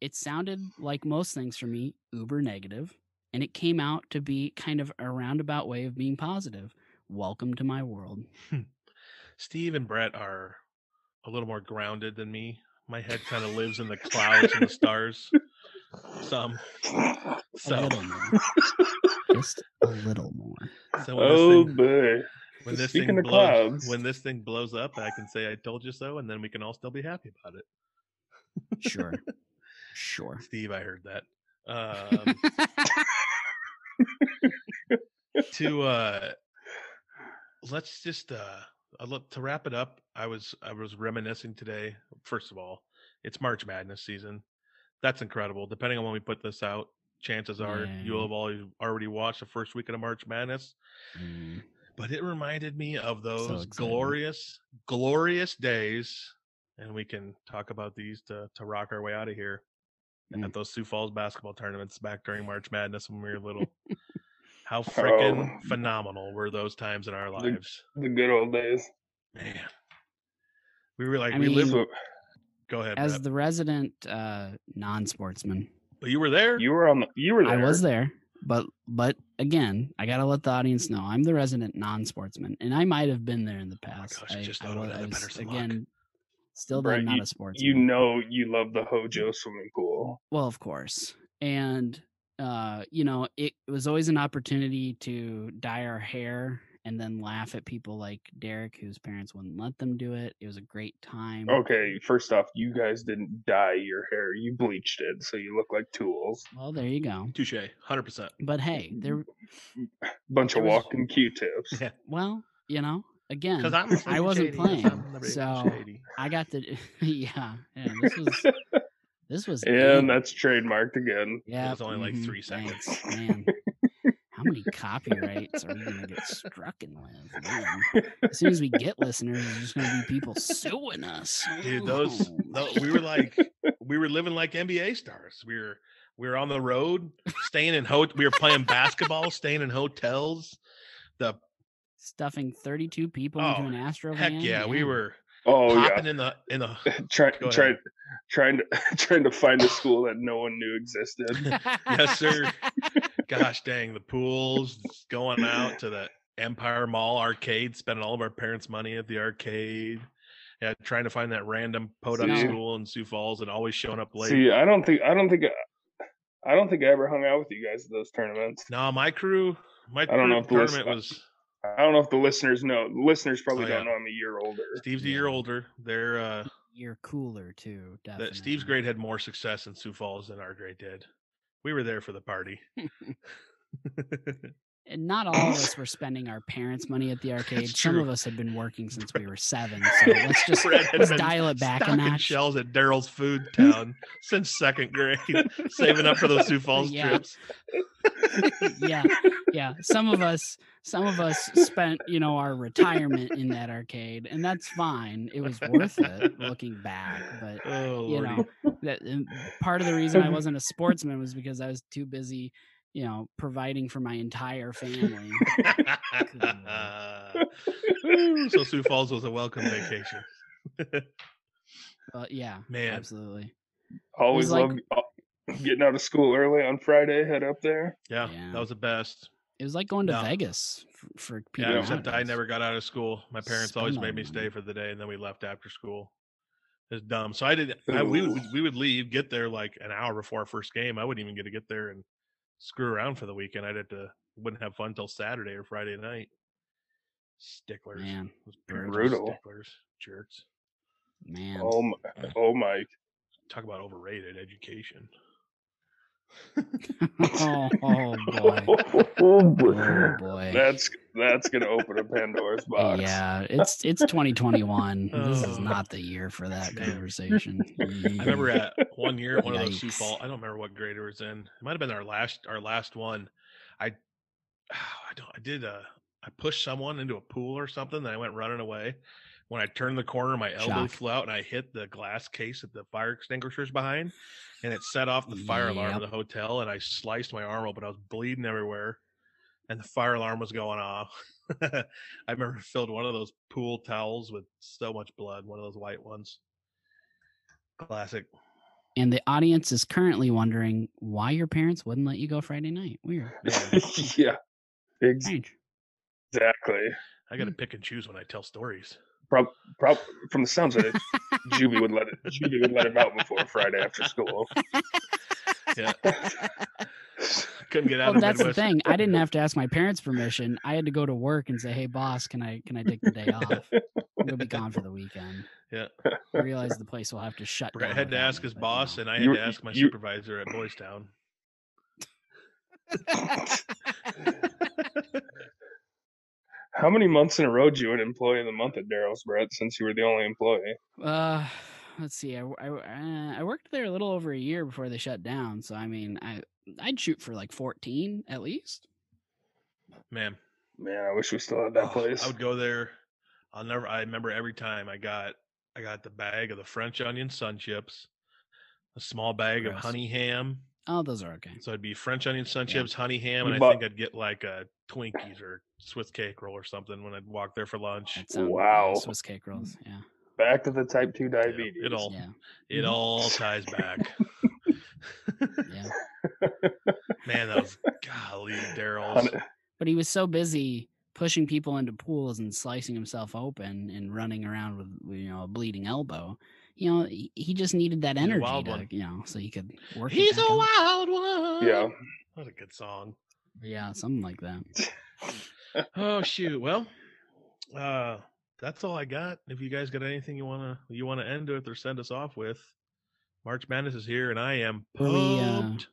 Speaker 3: it sounded like most things for me uber negative and it came out to be kind of a roundabout way of being positive welcome to my world
Speaker 1: Steve and Brett are a little more grounded than me. My head kind of lives in the clouds and the stars. Some.
Speaker 3: a
Speaker 1: So,
Speaker 3: little more just a little more
Speaker 1: so when this
Speaker 2: Oh
Speaker 1: thing-
Speaker 2: boy.
Speaker 1: when this
Speaker 2: Speaking
Speaker 1: thing
Speaker 2: of
Speaker 1: blows,
Speaker 2: clouds.
Speaker 1: when this thing blows up, I can say I told you so, and then we can all still be happy about it.
Speaker 3: sure sure
Speaker 1: Steve, I heard that. Um, to uh, let's just uh, uh, look to wrap it up. I was I was reminiscing today. First of all, it's March Madness season. That's incredible. Depending on when we put this out, chances are you'll
Speaker 3: Yeah.
Speaker 1: have all already watched the first weekend of March Madness.
Speaker 3: Mm,
Speaker 1: but it reminded me of those
Speaker 3: excited.
Speaker 1: glorious, glorious days. And we can talk about these to, to rock our way out of here
Speaker 3: Mm.
Speaker 1: at those Sioux Falls basketball tournaments back during March Madness when we were little. How freaking
Speaker 2: Oh.
Speaker 1: phenomenal were those times in our
Speaker 2: The-
Speaker 1: lives,
Speaker 2: The good old days.
Speaker 1: man! We were like,
Speaker 3: I
Speaker 1: we lived.
Speaker 2: So
Speaker 1: Go ahead,
Speaker 3: as
Speaker 1: Brett.
Speaker 3: the resident uh non-sportsman
Speaker 1: but you were there.
Speaker 2: you were on the you were
Speaker 3: i
Speaker 2: there.
Speaker 3: was there but but again i gotta let the audience know i'm the resident non-sportsman and i might have been there in the
Speaker 1: Oh my
Speaker 3: past
Speaker 1: gosh, I just thought of
Speaker 3: wa-
Speaker 1: another Patterson lock.
Speaker 3: again still
Speaker 2: Brett,
Speaker 3: then not
Speaker 2: you-
Speaker 3: a sportsman
Speaker 2: You know you love the Hojo swimming pool.
Speaker 3: well of course and uh you know it, it was always an opportunity to dye our hair and then laugh at people like derek whose parents wouldn't let them do it it was a great time
Speaker 1: Oh.
Speaker 2: Okay, first off, you guys didn't dye your hair. You bleached it, so you look like tools.
Speaker 3: well there you go
Speaker 1: Touche, hundred percent.
Speaker 3: but hey there
Speaker 2: Bunch of
Speaker 3: There was-
Speaker 2: walking Q-tips.
Speaker 3: well you know again
Speaker 1: Because I'm
Speaker 3: I wasn't
Speaker 1: Shady, 'cause
Speaker 3: playing,
Speaker 1: I'm the big
Speaker 3: so-
Speaker 1: shady.
Speaker 3: i got the yeah, yeah this was this was
Speaker 2: and
Speaker 3: deep.
Speaker 2: that's trademarked again.
Speaker 3: Yeah, mm-hmm,
Speaker 1: was only, like, three seconds.
Speaker 3: man. How many copyrights are we gonna get struck in with? Man. As soon as we get listeners, there's just gonna be people suing us.
Speaker 1: Dude, those
Speaker 3: Oh,
Speaker 1: no, we were like we were living like NBA stars. We were we were on the road, staying in ho we were playing basketball, staying in hotels. The
Speaker 3: stuffing 32 people
Speaker 1: Oh,
Speaker 3: into an Astro
Speaker 1: heck
Speaker 3: van,
Speaker 1: yeah, we were
Speaker 2: Oh yeah,
Speaker 1: popping in the in the
Speaker 2: trying
Speaker 1: Go ahead.
Speaker 2: trying trying to trying to find a school that no one knew existed.
Speaker 1: Yes, sir. gosh dang, the pools, going out to the Empire Mall arcade, spending all of our parents' money at the arcade. Yeah, trying to find that random podunk
Speaker 3: See?
Speaker 1: school in Sioux Falls and always showing up late.
Speaker 2: See, I don't think I don't think I don't think I ever hung out with you guys at those tournaments.
Speaker 1: No, my crew, my
Speaker 2: don't
Speaker 1: crew
Speaker 2: know if the list-
Speaker 1: tournament was
Speaker 2: I don't know if the listeners know. The listeners probably
Speaker 1: Oh,
Speaker 2: don't
Speaker 1: yeah.
Speaker 2: know I'm a year older.
Speaker 1: Steve's a year
Speaker 3: Yeah.
Speaker 1: older. They're uh
Speaker 3: You're cooler too. Definitely.
Speaker 1: that Steve's grade had more success in Sioux Falls than our grade did. We were there for the party.
Speaker 3: And not all of us were spending our parents' money at the arcade. Some
Speaker 1: true.
Speaker 3: of us had been working since we were seven. So let's just
Speaker 1: Brett had
Speaker 3: let's
Speaker 1: been
Speaker 3: dial it back a
Speaker 1: stocking
Speaker 3: notch.
Speaker 1: shells at Daryl's Food Town since second grade, saving up for those Sioux Falls
Speaker 3: Yeah.
Speaker 1: trips.
Speaker 3: yeah yeah some of us some of us spent you know our retirement in that arcade and that's fine it was worth it looking back but
Speaker 1: Oh,
Speaker 3: you
Speaker 1: Lordy.
Speaker 3: know that and part of the reason i wasn't a sportsman was because i was too busy you know providing for my entire family
Speaker 1: Ooh, so Sioux Falls was a welcome vacation.
Speaker 3: but yeah
Speaker 1: Man.
Speaker 3: absolutely
Speaker 2: Always
Speaker 3: like-
Speaker 2: loved getting out of school early on Friday. Head up there.
Speaker 1: Yeah,
Speaker 3: Yeah.
Speaker 1: that was the best.
Speaker 3: it was like going to
Speaker 1: No.
Speaker 3: vegas for, for people
Speaker 1: Yeah, except I
Speaker 3: nowadays.
Speaker 1: never got out of school. My parents
Speaker 3: Spend
Speaker 1: always
Speaker 3: all
Speaker 1: made me
Speaker 3: your
Speaker 1: stay
Speaker 3: money.
Speaker 1: for the day, and then we left after school. It's dumb. So I did. I, we would
Speaker 2: Ooh.
Speaker 1: we would leave, get there like an hour before our first game. I wouldn't even get to get there and screw around for the weekend. I'd have to wouldn't have fun till Saturday or Friday night. Sticklers,
Speaker 3: man
Speaker 1: Those parents were
Speaker 2: Brutal.
Speaker 1: Sticklers, jerks.
Speaker 3: man
Speaker 2: Oh my, oh Mike.
Speaker 1: talk about overrated education.
Speaker 3: oh, oh boy. Oh boy.
Speaker 2: that's that's gonna open a Pandora's box.
Speaker 3: Yeah, it's it's 2021. this is
Speaker 1: Oh.
Speaker 3: not the year for that
Speaker 1: Yeah.
Speaker 3: conversation.
Speaker 1: I remember at one year at one of those
Speaker 3: Yikes.
Speaker 1: Sioux Falls. I don't remember what grade it was in. It might have been our last our last one. I I don't I did uh I pushed someone into a pool or something, then I went running away. When I turned the corner, my elbow
Speaker 3: Shock.
Speaker 1: flew out and I hit the glass case that the fire extinguisher's behind and it set off the fire alarm in the
Speaker 3: Yep.
Speaker 1: hotel and I sliced my arm open. I was bleeding everywhere and the fire alarm was going off. I remember I filled one of those pool towels with so much blood, one of those white ones. Classic.
Speaker 3: And the audience is currently wondering why your parents wouldn't let you go Friday night. Weird.
Speaker 1: Yeah,
Speaker 2: yeah. Ex-
Speaker 3: Strange.
Speaker 2: Exactly.
Speaker 1: I
Speaker 3: Hmm.
Speaker 1: got to pick and choose when I tell stories.
Speaker 2: Prob- from the sounds of it, Juby would let it. Juby would let him out before Friday after school.
Speaker 1: Yeah. Couldn't get out of
Speaker 3: Well, Oh, that's the
Speaker 1: Midwest.
Speaker 3: thing. I didn't have to ask my parents permission. I had to go to work and say, "Hey, boss, can I can I take the day off? I'm gonna be gone for the weekend."
Speaker 1: Yeah.
Speaker 3: I realize the place will have to shut
Speaker 1: Brett
Speaker 3: down.
Speaker 1: had to
Speaker 3: without
Speaker 1: ask
Speaker 3: me,
Speaker 1: his
Speaker 3: but
Speaker 1: boss,
Speaker 3: no.
Speaker 1: and I had
Speaker 2: You-
Speaker 1: to ask my
Speaker 2: you-
Speaker 1: supervisor at Boys Town.
Speaker 2: How many months in a row did you an employee of the month at Daryl's, Brett? Since you were the only employee.
Speaker 3: Uh, let's see. I, w- I w- uh, I worked there a little over a year before they shut down. So I mean, I I'd shoot for like 14 at least.
Speaker 1: Man,
Speaker 2: Man, I wish we still had that
Speaker 1: oh,
Speaker 2: place.
Speaker 1: I would go there. I'll never. I remember every time I got I got the bag of the French onion sun chips, a small bag of
Speaker 3: Gross.
Speaker 1: honey ham.
Speaker 3: Oh, those are okay.
Speaker 1: So it'd be French onion sun
Speaker 3: Yeah.
Speaker 1: chips, honey ham,
Speaker 2: You
Speaker 1: and I
Speaker 2: bought-
Speaker 1: think I'd get like a Twinkies or Swiss cake roll or something when I'd walk there for lunch.
Speaker 3: That sound, yeah,
Speaker 2: Wow.
Speaker 3: Swiss cake rolls. Yeah.
Speaker 2: Back to the type two diabetes.
Speaker 1: it all-
Speaker 3: Yeah.
Speaker 1: It
Speaker 2: Mhm.
Speaker 1: all ties back.
Speaker 3: Yeah.
Speaker 1: Man, that was golly, Daryl's.
Speaker 2: Hon-
Speaker 3: But he was so busy pushing people into pools and slicing himself open and running around with you know a bleeding elbow. You know, he, he just needed that
Speaker 1: He's a
Speaker 3: energy
Speaker 1: wild
Speaker 3: to,
Speaker 1: one.
Speaker 3: you know, so he could work. it
Speaker 1: He's a
Speaker 3: back up.
Speaker 1: wild one.
Speaker 2: Yeah.
Speaker 1: What a good song.
Speaker 3: Yeah, something like that.
Speaker 1: Oh shoot. Well, uh that's all I got. If you guys got anything you wanna you wanna end with or send us off with, March Madness is here and I am
Speaker 3: Will we, uh,
Speaker 1: pumped.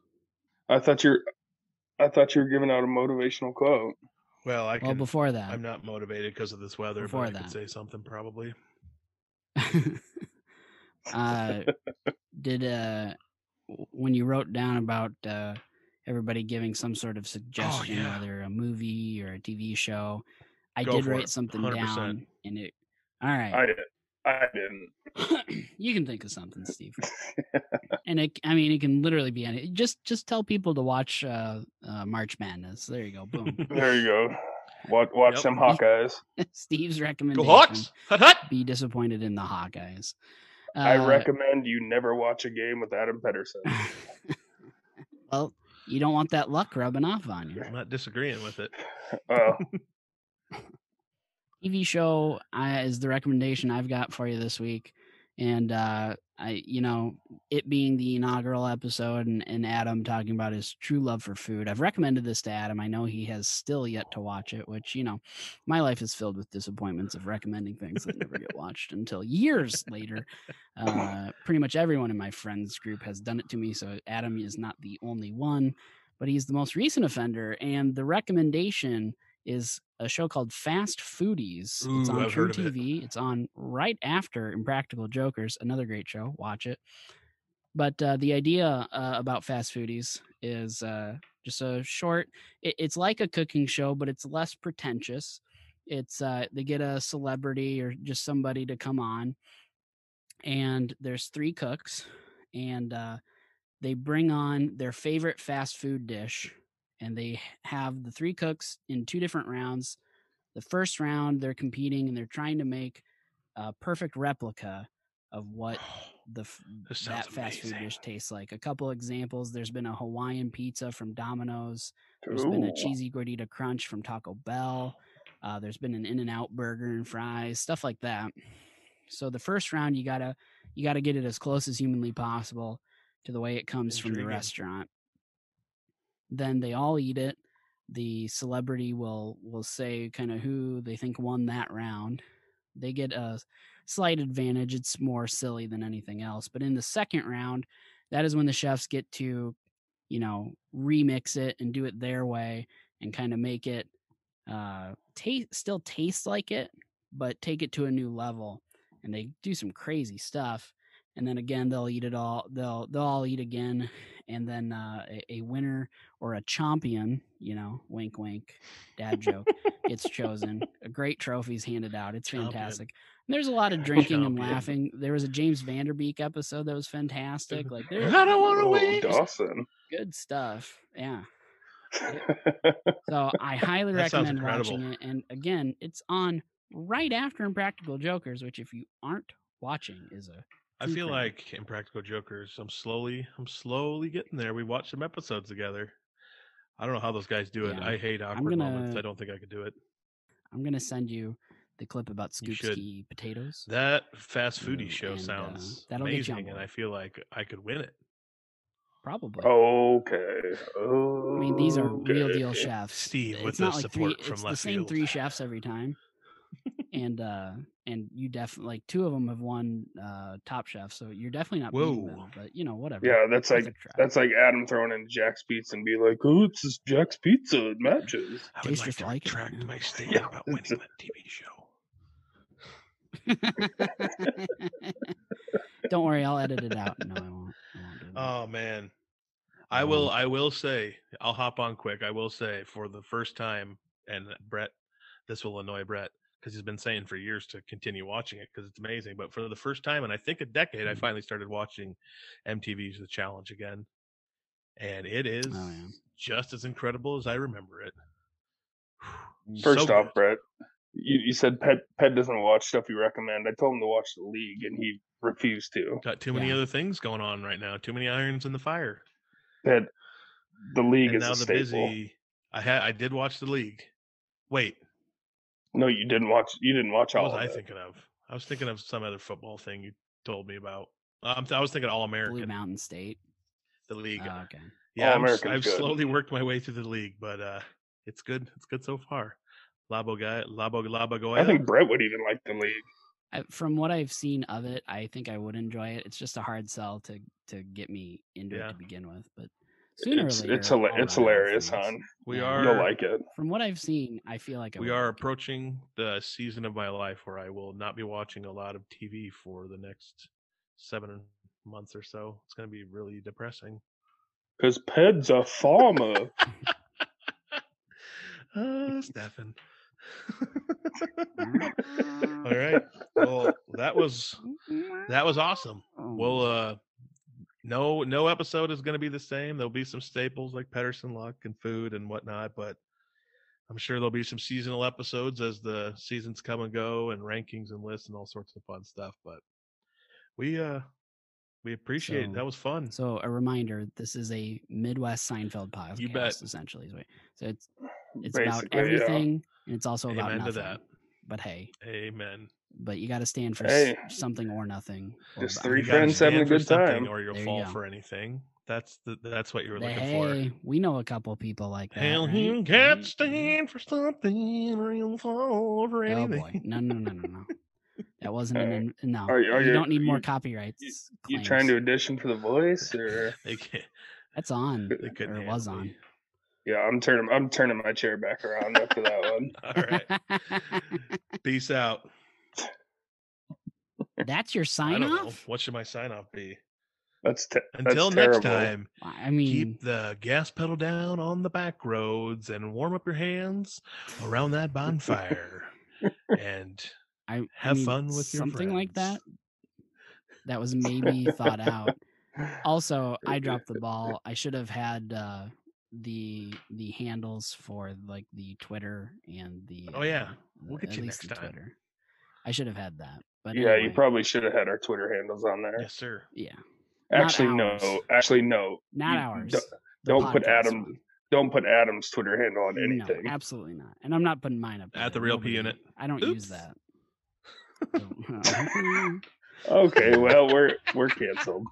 Speaker 2: I thought you're. I thought you were giving out a motivational quote.
Speaker 1: well, I
Speaker 3: Well,
Speaker 1: can
Speaker 3: before that,
Speaker 1: I'm not motivated because of this weather,
Speaker 3: Before
Speaker 1: but I
Speaker 3: that.
Speaker 1: could say something probably.
Speaker 3: uh, did uh, w- when you wrote down about uh, everybody giving some sort of suggestion,
Speaker 1: Oh, yeah.
Speaker 3: whether a movie or a TV show, I
Speaker 1: Go
Speaker 3: did
Speaker 1: for
Speaker 3: write
Speaker 1: it,
Speaker 3: something
Speaker 1: 100%.
Speaker 3: down, and it. All right,
Speaker 2: I did. I didn't.
Speaker 3: you can think of something, Steve. and it, I mean, it can literally be any. Just, just tell people to watch uh, uh, March Madness. There you go. Boom.
Speaker 2: There you go. Watch, watch
Speaker 1: Yep.
Speaker 2: them Hawkeyes.
Speaker 3: Steve's
Speaker 1: Go
Speaker 3: recommendation.
Speaker 1: Hawks! Hut hut!
Speaker 3: Be disappointed in the Hawkeyes. Uh,
Speaker 2: I recommend you never watch a game with Adam Pedersen.
Speaker 3: well, you don't want that luck rubbing off on you.
Speaker 1: I'm not disagreeing with it.
Speaker 2: Oh,
Speaker 3: TV show uh, is the recommendation I've got for you this week, and uh, I, you know, it being the inaugural episode and, and Adam talking about his true love for food. I've recommended this to Adam. I know he has still yet to watch it, which you know, my life is filled with disappointments of recommending things that never get watched until years later. Uh, pretty much everyone in my friends group has done it to me, so Adam is not the only one, but he's the most recent offender, and the recommendation is a show called Fast Foodies. it's
Speaker 1: Ooh,
Speaker 3: on
Speaker 1: I've
Speaker 3: True
Speaker 1: heard of it.
Speaker 3: TV. It's on right after Impractical Jokers, another great show. Watch it. But uh, the idea uh, about Fast Foodies is uh, just a short. It, it's like a cooking show, but it's less pretentious. It's uh, they get a celebrity or just somebody to come on, and there's three cooks, and uh, they bring on their favorite fast food dish and they h- have the three cooks in two different rounds. The first round, they're competing and they're trying to make a perfect replica of what the f-
Speaker 1: This Oh, sounds
Speaker 3: that fast food
Speaker 1: amazing.
Speaker 3: dish tastes like. A couple examples: there's been a Hawaiian pizza from Domino's. There's been a
Speaker 2: ooh.
Speaker 3: cheesy gordita crunch from Taco Bell. Uh, there's been an In-N-Out burger and fries, stuff like that. So the first round, you gotta you gotta get it as close as humanly possible to the way it comes from
Speaker 1: Intriguing.
Speaker 3: the restaurant. Then they all eat it. The celebrity will will say kind of who they think won that round, They get a slight advantage. It's more silly than anything else. But in the second round, that is when the chefs get to, you know, remix it and do it their way and kind of make it uh taste still taste like it, but take it to a new level. And they do some crazy stuff. And then again, they'll eat it all. They'll they'll all eat again. And then uh, a, a winner or a champion, you know, wink wink, dad joke, gets chosen. A great trophy's handed out. It's
Speaker 1: Champion.
Speaker 3: fantastic. And there's a lot of drinking and
Speaker 1: Champion.
Speaker 3: laughing. There was a James Vanderbeek episode that was fantastic. Like there's
Speaker 1: I don't want to
Speaker 2: Oh,
Speaker 1: wait.
Speaker 2: Dawson.
Speaker 3: good stuff. Yeah. So I highly
Speaker 1: That sounds
Speaker 3: recommend watching
Speaker 1: incredible.
Speaker 3: it. And again, it's on right after Impractical Jokers, which if you aren't watching is a
Speaker 1: I
Speaker 3: True
Speaker 1: feel
Speaker 3: crime.
Speaker 1: like Impractical Jokers. I'm slowly, I'm slowly getting there. We watched some episodes together. I don't know how those guys do it.
Speaker 3: Yeah.
Speaker 1: I hate awkward moments.
Speaker 3: gonna-
Speaker 1: I don't think I could do it.
Speaker 3: I'm gonna send you the clip about
Speaker 1: You
Speaker 3: Scoop's
Speaker 1: should.
Speaker 3: Key potatoes.
Speaker 1: That fast foodie
Speaker 3: Mm,
Speaker 1: show
Speaker 3: and, uh,
Speaker 1: sounds
Speaker 3: that'll get you on
Speaker 1: amazing, and
Speaker 3: board.
Speaker 1: I feel like I could win it.
Speaker 3: Probably.
Speaker 1: Oh,
Speaker 2: okay.
Speaker 3: I mean, these are real deal
Speaker 2: Okay.
Speaker 3: chefs.
Speaker 1: Steve with
Speaker 3: Uh, it's not
Speaker 1: the
Speaker 3: like three,
Speaker 1: support from
Speaker 3: it's the
Speaker 1: left
Speaker 3: same
Speaker 1: field.
Speaker 3: three chefs every time. and uh and you definitely like two of them have won uh top chef, so you're definitely not beating them,
Speaker 1: Whoa.
Speaker 3: but you know, whatever.
Speaker 2: Yeah, that's
Speaker 3: Give it
Speaker 2: like
Speaker 3: a try.
Speaker 2: that's like Adam throwing in Jack's Pizza and be like, "Oh, it's this Jack's Pizza. It matches."
Speaker 1: I would like
Speaker 3: Tastes just
Speaker 1: to
Speaker 3: like it,
Speaker 1: retract
Speaker 3: yeah.
Speaker 1: my statement
Speaker 2: Yeah,
Speaker 1: about
Speaker 2: it's
Speaker 1: winning that TV show.
Speaker 3: Don't worry, I'll edit it out. No, I won't. I won't do that.
Speaker 2: Mm-hmm.
Speaker 1: Oh man. I will
Speaker 3: Um,
Speaker 1: I will say, I'll hop on quick. I will say for the first time and Brett this will annoy Brett because he's been saying for years to continue watching it because it's amazing. But for the first time in I think a decade,
Speaker 2: Mm-hmm.
Speaker 1: I finally started watching MTV's The Challenge again. And it is
Speaker 3: Oh, yeah.
Speaker 1: just as incredible as I remember it.
Speaker 2: First
Speaker 1: So
Speaker 2: off,
Speaker 1: good.
Speaker 2: Brett, you, you said Pet Pet doesn't watch stuff you recommend. I told him to watch the league, and he refused to.
Speaker 1: got too many
Speaker 3: Yeah.
Speaker 1: other things going on right now. Too many irons in the fire.
Speaker 2: Pet, the league
Speaker 1: And
Speaker 2: is
Speaker 1: now
Speaker 2: a
Speaker 1: the
Speaker 2: staple.
Speaker 1: busy I had I did watch the league. Wait,
Speaker 2: No, you didn't watch. You didn't watch
Speaker 1: What
Speaker 2: all.
Speaker 1: was
Speaker 2: of
Speaker 1: I
Speaker 2: it.
Speaker 1: thinking of? I was thinking of some other football thing you told me about. Um, I was thinking All
Speaker 3: Blue
Speaker 1: American,
Speaker 3: Mountain State.
Speaker 1: the league.
Speaker 3: Oh, okay.
Speaker 1: yeah, I'm s-
Speaker 2: All-American's
Speaker 1: I've
Speaker 2: uh, good.
Speaker 1: slowly worked my way through the league, but uh, it's good. It's good so far. Labo guy, Labo Labo Goya.
Speaker 2: I think Brett would even like the league.
Speaker 3: I, from what I've seen of it, I think I would enjoy it. It's just a hard sell to to get me into it
Speaker 1: Yeah.
Speaker 3: to begin with, but sooner
Speaker 2: it's
Speaker 3: or later,
Speaker 2: it's, hila- it's
Speaker 3: I'll run out of
Speaker 2: hilarious,
Speaker 3: things.
Speaker 2: hon.
Speaker 1: we
Speaker 3: yeah,
Speaker 1: are.
Speaker 2: You'll like it.
Speaker 3: From what I've seen, I feel like I
Speaker 1: we
Speaker 3: would
Speaker 1: are
Speaker 3: like it.
Speaker 1: approaching the season of my life where I will not be watching a lot of TV for the next seven months or so. It's going to be really depressing.
Speaker 2: Cause Ped's a farmer.
Speaker 1: Uh, Stefan.
Speaker 3: All right.
Speaker 1: All right. Well, that was that was awesome. Well, uh, no, no episode is going to be the same. There'll be some staples like Pedersen luck and food and whatnot, but I'm sure there'll be some seasonal episodes as the seasons come and go and rankings and lists and all sorts of fun stuff. But we, uh, we appreciate it.
Speaker 3: So-
Speaker 1: That was fun.
Speaker 3: So a reminder: this is a Midwest Seinfeld podcast,
Speaker 1: You bet.
Speaker 3: essentially. is what- So it's it's about
Speaker 2: Basically, yeah.
Speaker 3: everything, and it's also about
Speaker 1: Amen
Speaker 3: nothing.
Speaker 1: to that.
Speaker 3: But hey,
Speaker 1: Amen.
Speaker 3: but you got to stand for
Speaker 2: Hey.
Speaker 3: s- something or nothing. or
Speaker 2: Just
Speaker 3: b-
Speaker 2: three
Speaker 1: You gotta
Speaker 2: friends having a
Speaker 1: stand for
Speaker 2: good
Speaker 1: something
Speaker 2: time.
Speaker 1: or you'll
Speaker 3: There you
Speaker 1: fall
Speaker 3: go.
Speaker 1: for anything. That's the that's what you were
Speaker 3: But
Speaker 1: looking for.
Speaker 3: hey, we know a couple people like that.
Speaker 1: Hell,
Speaker 3: right?
Speaker 1: you
Speaker 3: Right?
Speaker 1: can't stand for something or you'll fall for
Speaker 3: Oh
Speaker 1: anything.
Speaker 3: boy, no, no, no, no, no. That wasn't an
Speaker 2: Uh,
Speaker 3: in- no.
Speaker 2: are you- are
Speaker 3: you
Speaker 2: you-
Speaker 3: don't need more
Speaker 2: you-
Speaker 3: copyrights.
Speaker 2: You trying
Speaker 3: claims.
Speaker 2: to audition for the voice or?
Speaker 1: They can't.
Speaker 3: That's on.
Speaker 1: They couldn't.
Speaker 3: Or it was
Speaker 1: handle
Speaker 3: on.
Speaker 1: you.
Speaker 2: Yeah, I'm turning. I'm turning my chair back around after that one.
Speaker 1: All right. Peace out.
Speaker 3: That's your sign
Speaker 1: I don't know.
Speaker 3: off.
Speaker 1: What should my sign off be?
Speaker 2: That's te- that's
Speaker 1: Until next
Speaker 2: terrible.
Speaker 1: time,
Speaker 3: I mean,
Speaker 1: keep the gas pedal down on the back roads and warm up your hands around that bonfire. and
Speaker 3: I I
Speaker 1: have
Speaker 3: mean,
Speaker 1: fun with your
Speaker 3: something like that.
Speaker 1: friends.
Speaker 3: That was maybe thought out. Also, I dropped the ball. I should have had uh, the the handles for like the Twitter and the.
Speaker 1: Oh, yeah.
Speaker 3: uh,
Speaker 1: We'll
Speaker 3: the-
Speaker 1: get
Speaker 3: at
Speaker 1: you
Speaker 3: least
Speaker 1: next
Speaker 3: the
Speaker 1: time.
Speaker 3: Twitter. I should have had that. But
Speaker 2: Yeah, you
Speaker 3: anyway,
Speaker 2: probably should have had our Twitter handles on there.
Speaker 1: yes, sir.
Speaker 3: Yeah, not
Speaker 2: actually, no.
Speaker 3: ours.
Speaker 2: Actually, no.
Speaker 3: not
Speaker 2: You
Speaker 3: ours.
Speaker 2: don't-
Speaker 3: the
Speaker 2: don't put
Speaker 3: podcast
Speaker 2: Adam
Speaker 3: one.
Speaker 2: Don't put Adam's Twitter handle on anything.
Speaker 3: No, absolutely not. And I'm not putting mine up.
Speaker 1: At the
Speaker 3: either.
Speaker 1: Real P
Speaker 3: Nobody-
Speaker 1: Unit.
Speaker 3: I don't use
Speaker 1: Oops.
Speaker 3: that. So-
Speaker 2: okay, well we're we're canceled.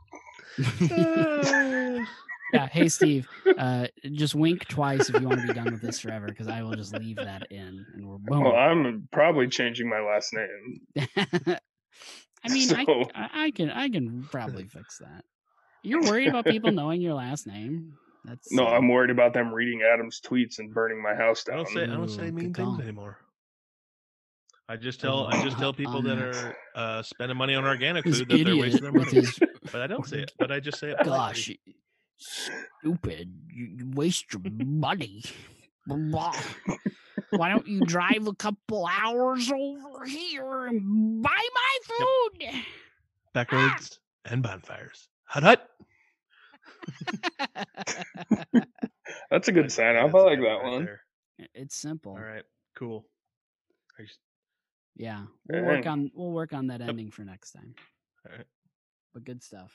Speaker 1: Ah.
Speaker 3: yeah. Hey, Steve, uh, just wink twice if you want to be done with this forever, because I will just leave that in, and we're boom.
Speaker 2: Well, I'm probably changing my last name.
Speaker 3: I mean, I,
Speaker 2: So-
Speaker 3: I I can I can probably fix that. You're worried about people knowing your last name. That's
Speaker 2: No,
Speaker 3: uh,
Speaker 2: I'm worried about them reading Adam's tweets and burning my house
Speaker 1: I
Speaker 2: down.
Speaker 1: don't say I don't say
Speaker 3: Ooh,
Speaker 1: mean
Speaker 3: good
Speaker 1: things
Speaker 3: call.
Speaker 1: anymore. I just tell I just tell people that are uh, spending money on organic
Speaker 3: this
Speaker 1: food that they're wasting their
Speaker 3: idiot with
Speaker 1: money.
Speaker 3: his
Speaker 1: But I don't say it. But I just say it. politely.
Speaker 3: gosh, you stupid! You, you waste your money. Blah. Why don't you drive a couple hours over here and buy my food?
Speaker 1: back roads and bonfires. Hut hut.
Speaker 2: That's a good sign off.
Speaker 1: That's
Speaker 2: I like
Speaker 1: good
Speaker 2: that
Speaker 1: right
Speaker 2: one.
Speaker 1: there.
Speaker 3: It- It's simple.
Speaker 1: All right, cool. I just-
Speaker 3: Yeah, we'll work
Speaker 2: Dang.
Speaker 3: on we'll work on that ending for next time.
Speaker 1: Alright.
Speaker 3: But good stuff.